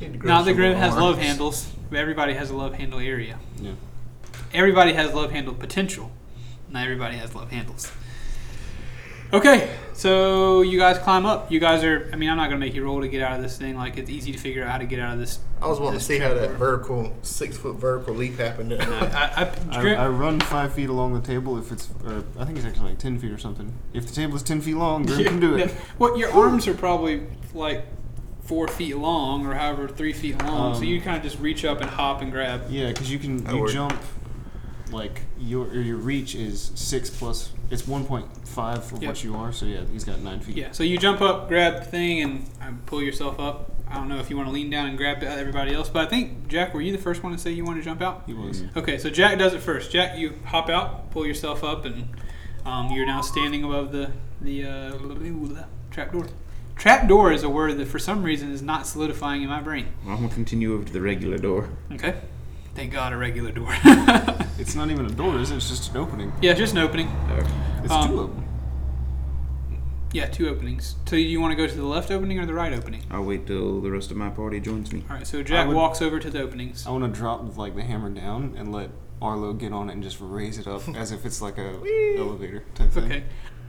Need to grow
Not that
some
Grim has
arms.
love handles. but Everybody has a love handle area.
Yeah.
Everybody has love handle potential. Not everybody has love handles. Okay, so you guys climb up. You guys are. I mean, I'm not gonna make you roll to get out of this thing. Like it's easy to figure out how to get out of this.
I was wanting
this
to see how that
trapdoor.
vertical, six foot vertical leap happened.
I, I,
I, I run five feet along the table if it's, or I think it's actually like ten feet or something. If the table is ten feet long, Grim can do it.
Yeah. Well, your arms are probably like four feet long, or however three feet long. so
Um,
you kind of just reach up and hop and grab.
Yeah, because you can
That'll
you
work.
jump, like your or your reach is six plus. It's one point five for
Yeah.
what you are. So yeah, he's got nine feet.
Yeah. So you jump up, grab the thing, and um, pull yourself up. I don't know if you want to lean down and grab everybody else, but I think Jack, were you the first one to say you want to jump out?
He was.
Okay, so Jack does it first. Jack, you hop out, pull yourself up, and um, you're now standing above the the uh, trapdoor. Trapdoor is a word that for some reason is not solidifying in my brain.
Well, I'm gonna continue over to the regular door.
Okay. Thank God, a regular door.
It's not even a door, is it? It's just an opening.
yeah, just an opening.
Uh,
It's
Um,
two of them.
Yeah, two openings. So you want to go to the left opening or the right opening?
I'll wait till the rest of my party joins me.
All right. So Jack
would-
walks over to the openings.
I want to drop like the hammer down and let Arlo get on it and just raise it up as if it's like a elevator type thing.
Okay.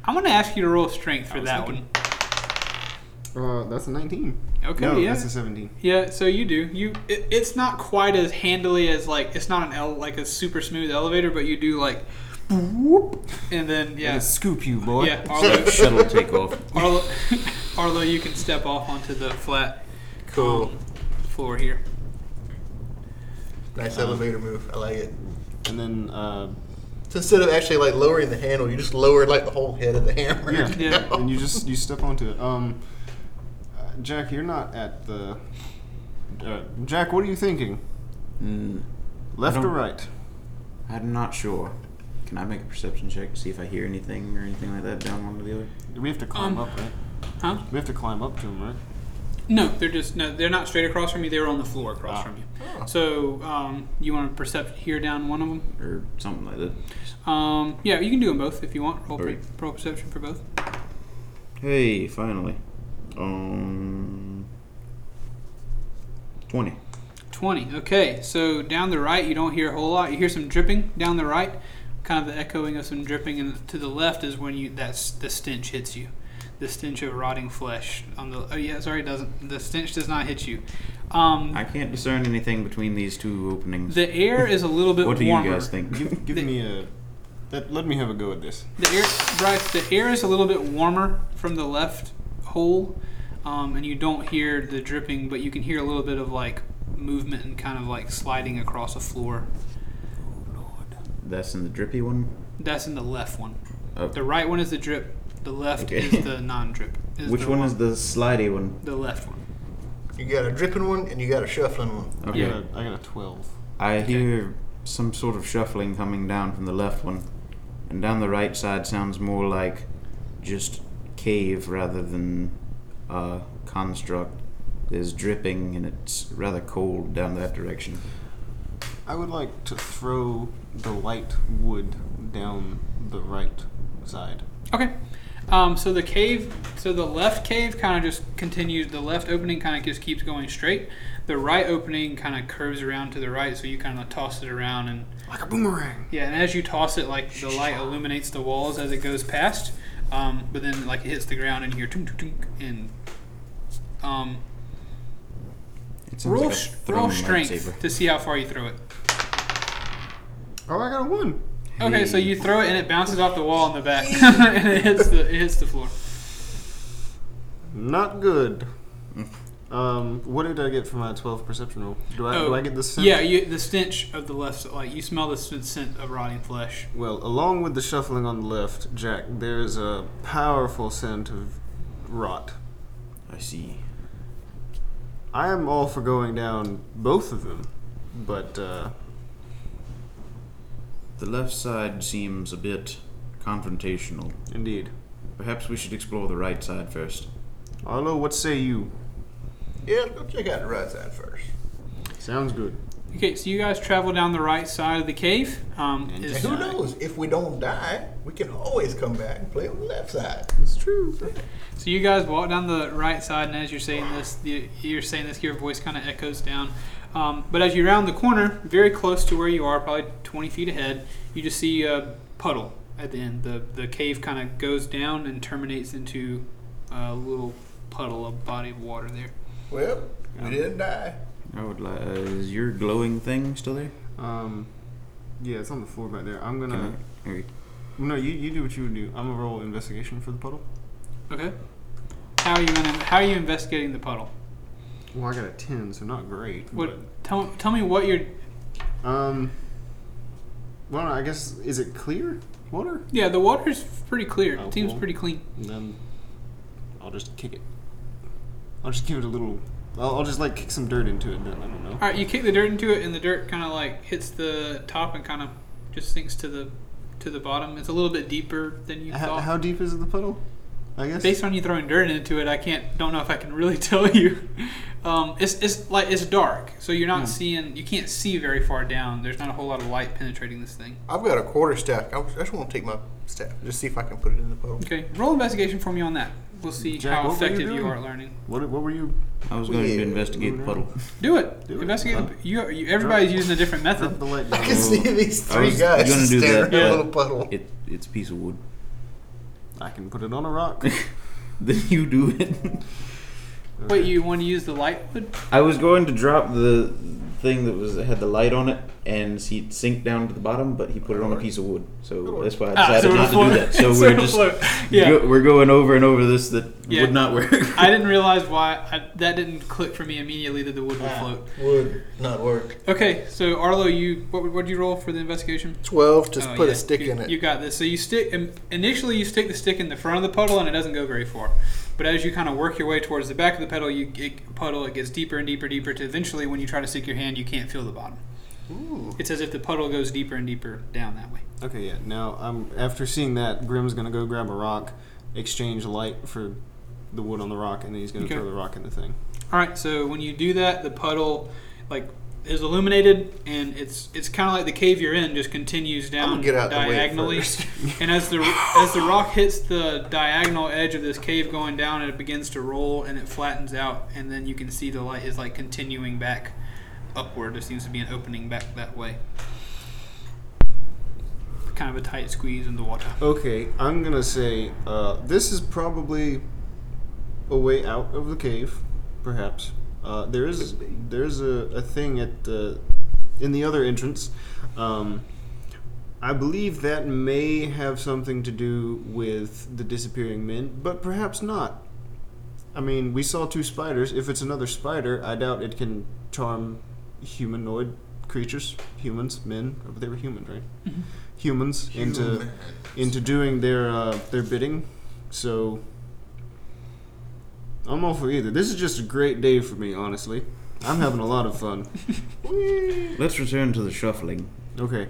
I'm gonna ask you to roll strength for
was
that
thinking-
one.
Uh, that's a 19.
Okay.
No,
yeah.
that's a 17.
Yeah, so you do. You it, it's not quite as handily as like it's not an ele- like a super smooth elevator, but you do like whoop and then
Gonna
yeah.
scoop you, boy.
Yeah, Arlo,
Shuttle takeoff.
Arlo, Arlo, you can step off onto the flat
cool.
um, floor here.
Um,
nice elevator move. I like it.
And then, uh,
So instead of actually like lowering the handle, you just lowered like the whole head of the hammer.
yeah,
Yeah.
and you just you step onto it. Um, uh, Jack, you're not at the. Uh, Jack, what are you thinking?
Mm,
Left or
don't-
right?
I'm not sure. Can I make a perception check to see if I hear anything or anything like that down one or the other?
We have to climb
Um,
up, right?
Huh?
We have to climb up to him, right?
No, they're just no, they're not straight across from you. They're on the floor across
Ah.
from you.
Oh.
So, um, you want to percept here down one of them?
Or something like that.
Um, yeah, you can do them both if you want. Roll,
Alright.
roll perception for both.
Hey, finally. Um. 20.
20. Okay, so down the right, you don't hear a whole lot. You hear some dripping down the right, kind of the echoing of some dripping, and to the left is when you that's the stench hits you. The stench of rotting flesh on the. Oh yeah, sorry, it doesn't. The stench does not hit you. Um,
I can't discern anything between these two openings.
the air is a little bit
what do
warmer.
you guys think?
Give, give
They-
me a. That, let me have a go at this.
The air, Bryce, the air is a little bit warmer from the left hole, um, and you don't hear the dripping, but you can hear a little bit of like movement and kind of like sliding across a floor.
That's in the drippy one?
That's in the left one.
Oh.
The right one is the drip. The left
Okay.
is the non-drip. Is
Which
the
one is the slidey one?
the left one?
You got a dripping one and you got a shuffling one.
Okay.
I, got a, I got a 12.
I hear some sort of shuffling coming down from the left one, and down the right side sounds more like just cave rather than uh, construct. is dripping and it's rather cold down that direction.
I would like to throw the light wood down the right side.
Okay. Um, so the cave, so the left cave kind of just continues. The left opening kind of just keeps going straight. The right opening kind of curves around to the right, so you kind of toss it around and
Like a boomerang.
yeah. And as you toss it, like the light illuminates the walls as it goes past. Um, but then like it hits the ground and you hear tunk tunk tunk and um,
It sounds
roll,
like a
sh-
thrown
roll strength
lightsaber.
to see how far you throw it.
Oh, I got a one.
Okay, so
Hey.
you throw it and it bounces off the wall in the back and it hits the it hits the floor.
Not good. Um, what did I get for my 12 perception roll? Do I, do I get the scent?
Oh, Yeah, you, the stench of the left, like you smell the s- scent of rotting flesh.
Well, along with the shuffling on the left, Jack, there's a powerful scent of rot.
I see.
I am all for going down both of them, but uh,
The left side seems a bit confrontational.
indeed.
Perhaps we should explore the right side first.
Arlo, what say you?
Yeah, go check out the right side first.
Sounds good.
Okay, so you guys travel down the right side of the cave. Um,
And
is-
And who knows? If we don't die, we can always come back and play on the left side.
It's true.
so you guys walk down the right side, and as you're saying this, the, you're saying this, your voice kind of echoes down. Um, but as you round the corner, very close to where you are, probably 20 feet ahead, you just see a puddle at the end. The the cave kind of goes down and terminates into a little puddle, a body of water there.
Well, we didn't die.
I would like. Uh, is your glowing thing still there?
Um, yeah, it's on the floor back there. I'm
Can
gonna.
I- okay.
No, you, you do what you would do. I'm gonna roll investigation for the puddle.
Okay. How are you in, how are you investigating the puddle?
Well, I got a 10, so not great.
What? Tell, tell me what you're.
But, um, well, I guess is it clear water?
Yeah, the water's pretty clear.
Oh,
it seems
cool.
pretty clean.
Then Um, I'll just kick it. I'll just give it a little. I'll, I'll just like kick some dirt into it. Then I don't know.
All right, you kick the dirt into it, and the dirt kind of like hits the top and kind of just sinks to the to the bottom. It's a little bit deeper than you
How,
thought.
how deep is the puddle? I guess.
Based on you throwing dirt into it, I can't. Don't know if I can really tell you. Um, it's it's like it's dark, so you're
Hmm.
not seeing. You can't see very far down. There's not a whole lot of light penetrating this thing.
I've got a quarter staff. I just want to take my staff, just see if I can put it in the puddle.
Okay, roll investigation for me on that. We'll see
Jack,
how
what were you
effective you
doing?
are at learning.
What, what were you?
I was going to
Yeah.
investigate the puddle.
Do it.
Do it.
Investigate.
Huh?
the- You, you, everybody's using a different
Drop
method.
the light
I
down.
can see these
I
three
was
guys
gonna do
staring
that,
at a
but-
little puddle.
It, it's a piece of wood.
I can put it on a rock.
then you do it.
Wait, you want to use the lightwood?
I was going to drop the thing that was had the light on it and see it sink down to the bottom, but he put it on a piece of wood. So that's why I
Ah, so
decided
it'll
not to
float.
do that. So
So
we're
it'll
just
float. Yeah.
go- we're going over and over this that
Yeah.
would not work.
I didn't realize why I, that didn't click for me immediately that the wood
Ah.
would float.
Would not work.
Okay, so Arlo, you what would you roll for the investigation?
Twelve. Just
Oh,
put
yeah,
a stick
you-
in it.
You got this. So you stick in- initially you stick the stick in the front of the puddle and it doesn't go very far. But as you kind of work your way towards the back of the puddle, you get, puddle it gets deeper and deeper, deeper. To eventually, when you try to stick your hand, you can't feel the bottom.
Ooh.
It's as if the puddle goes deeper and deeper down that way.
okay, yeah. Now I'm after seeing that Grim's gonna go grab a rock, exchange light for the wood on the rock, and then he's gonna
Okay.
throw the rock in the thing.
All right, so when you do that, the puddle like is illuminated, and it's it's kind of like the cave you're in just continues down
gonna get out the way
diagonally.
first.
and as the as the rock hits the diagonal edge of this cave going down, it begins to roll and it flattens out, and then you can see the light is like continuing back upward. There seems to be an opening back that way. Kind of a tight squeeze in the water.
Okay, I'm gonna say uh, this is probably a way out of the cave, perhaps. Uh, there is there's a, a thing at uh, in the other entrance. Um, I believe that may have something to do with the disappearing men, but perhaps not. I mean, we saw two spiders. If it's another spider, I doubt it can charm humanoid creatures, humans, men. Oh, They were human, right? Humans into
Human.
into doing their uh, their bidding. So I'm all for either. This is just a great day for me, honestly. I'm having a lot of fun.
Let's return to the shuffling.
Okay.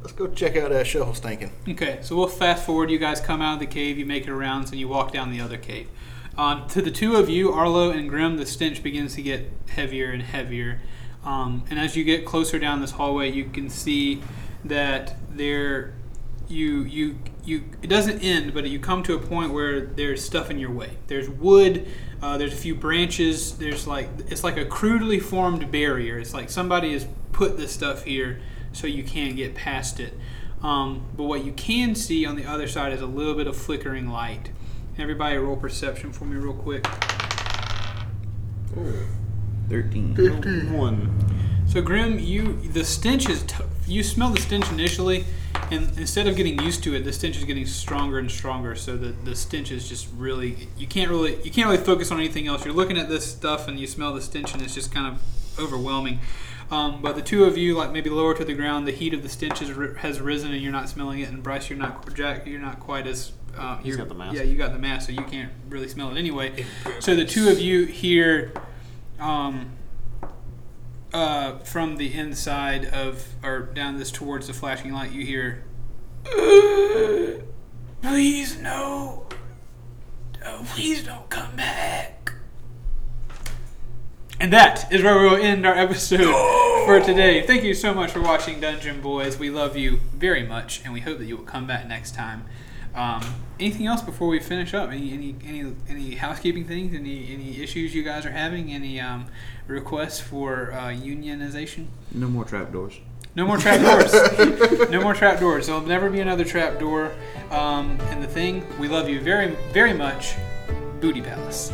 Let's go check out that shovel stinking.
Okay, so we'll fast forward. You guys come out of the cave, you make it around, and you walk down the other cave. Um, to the two of you, Arlo and Grim, the stench begins to get heavier and heavier. Um, and as you get closer down this hallway, you can see that there, you you you. It doesn't end, but you come to a point where there's stuff in your way. There's wood. Uh, there's a few branches. There's like it's like a crudely formed barrier. It's like somebody has put this stuff here so you can't get past it. Um, but what you can see on the other side is a little bit of flickering light. Everybody, roll perception for me, real quick.
13.
One.
So Grim, you the stench is t- you smell the stench initially, and instead of getting used to it, the stench is getting stronger and stronger. So the, the stench is just really you can't really you can't really focus on anything else. You're looking at this stuff and you smell the stench, and it's just kind of overwhelming. Um, but the two of you, like maybe lower to the ground, the heat of the stench is, ri- has risen, and you're not smelling it. And Bryce, you're not Jack, you're not quite as uh,
He's
you're-
got the mask.
Yeah, you got the mask, so you can't really smell it anyway. So the two of you hear. Um, uh, from the inside of or down this towards the flashing light, you hear, "Uh, "Please no, Oh, please don't come back." And that is where we will end our episode for today. Thank you so much for watching Dungeon Boys. We love you very much, and we hope that you will come back next time. Um, anything else before we finish up? Any any any, any housekeeping things? Any any issues you guys are having? Any um, requests for uh, unionization?
No more trapdoors.
No more trap doors. no more trap doors. There'll never be another trap door. Um, and the thing, we love you very very much. Booty Palace.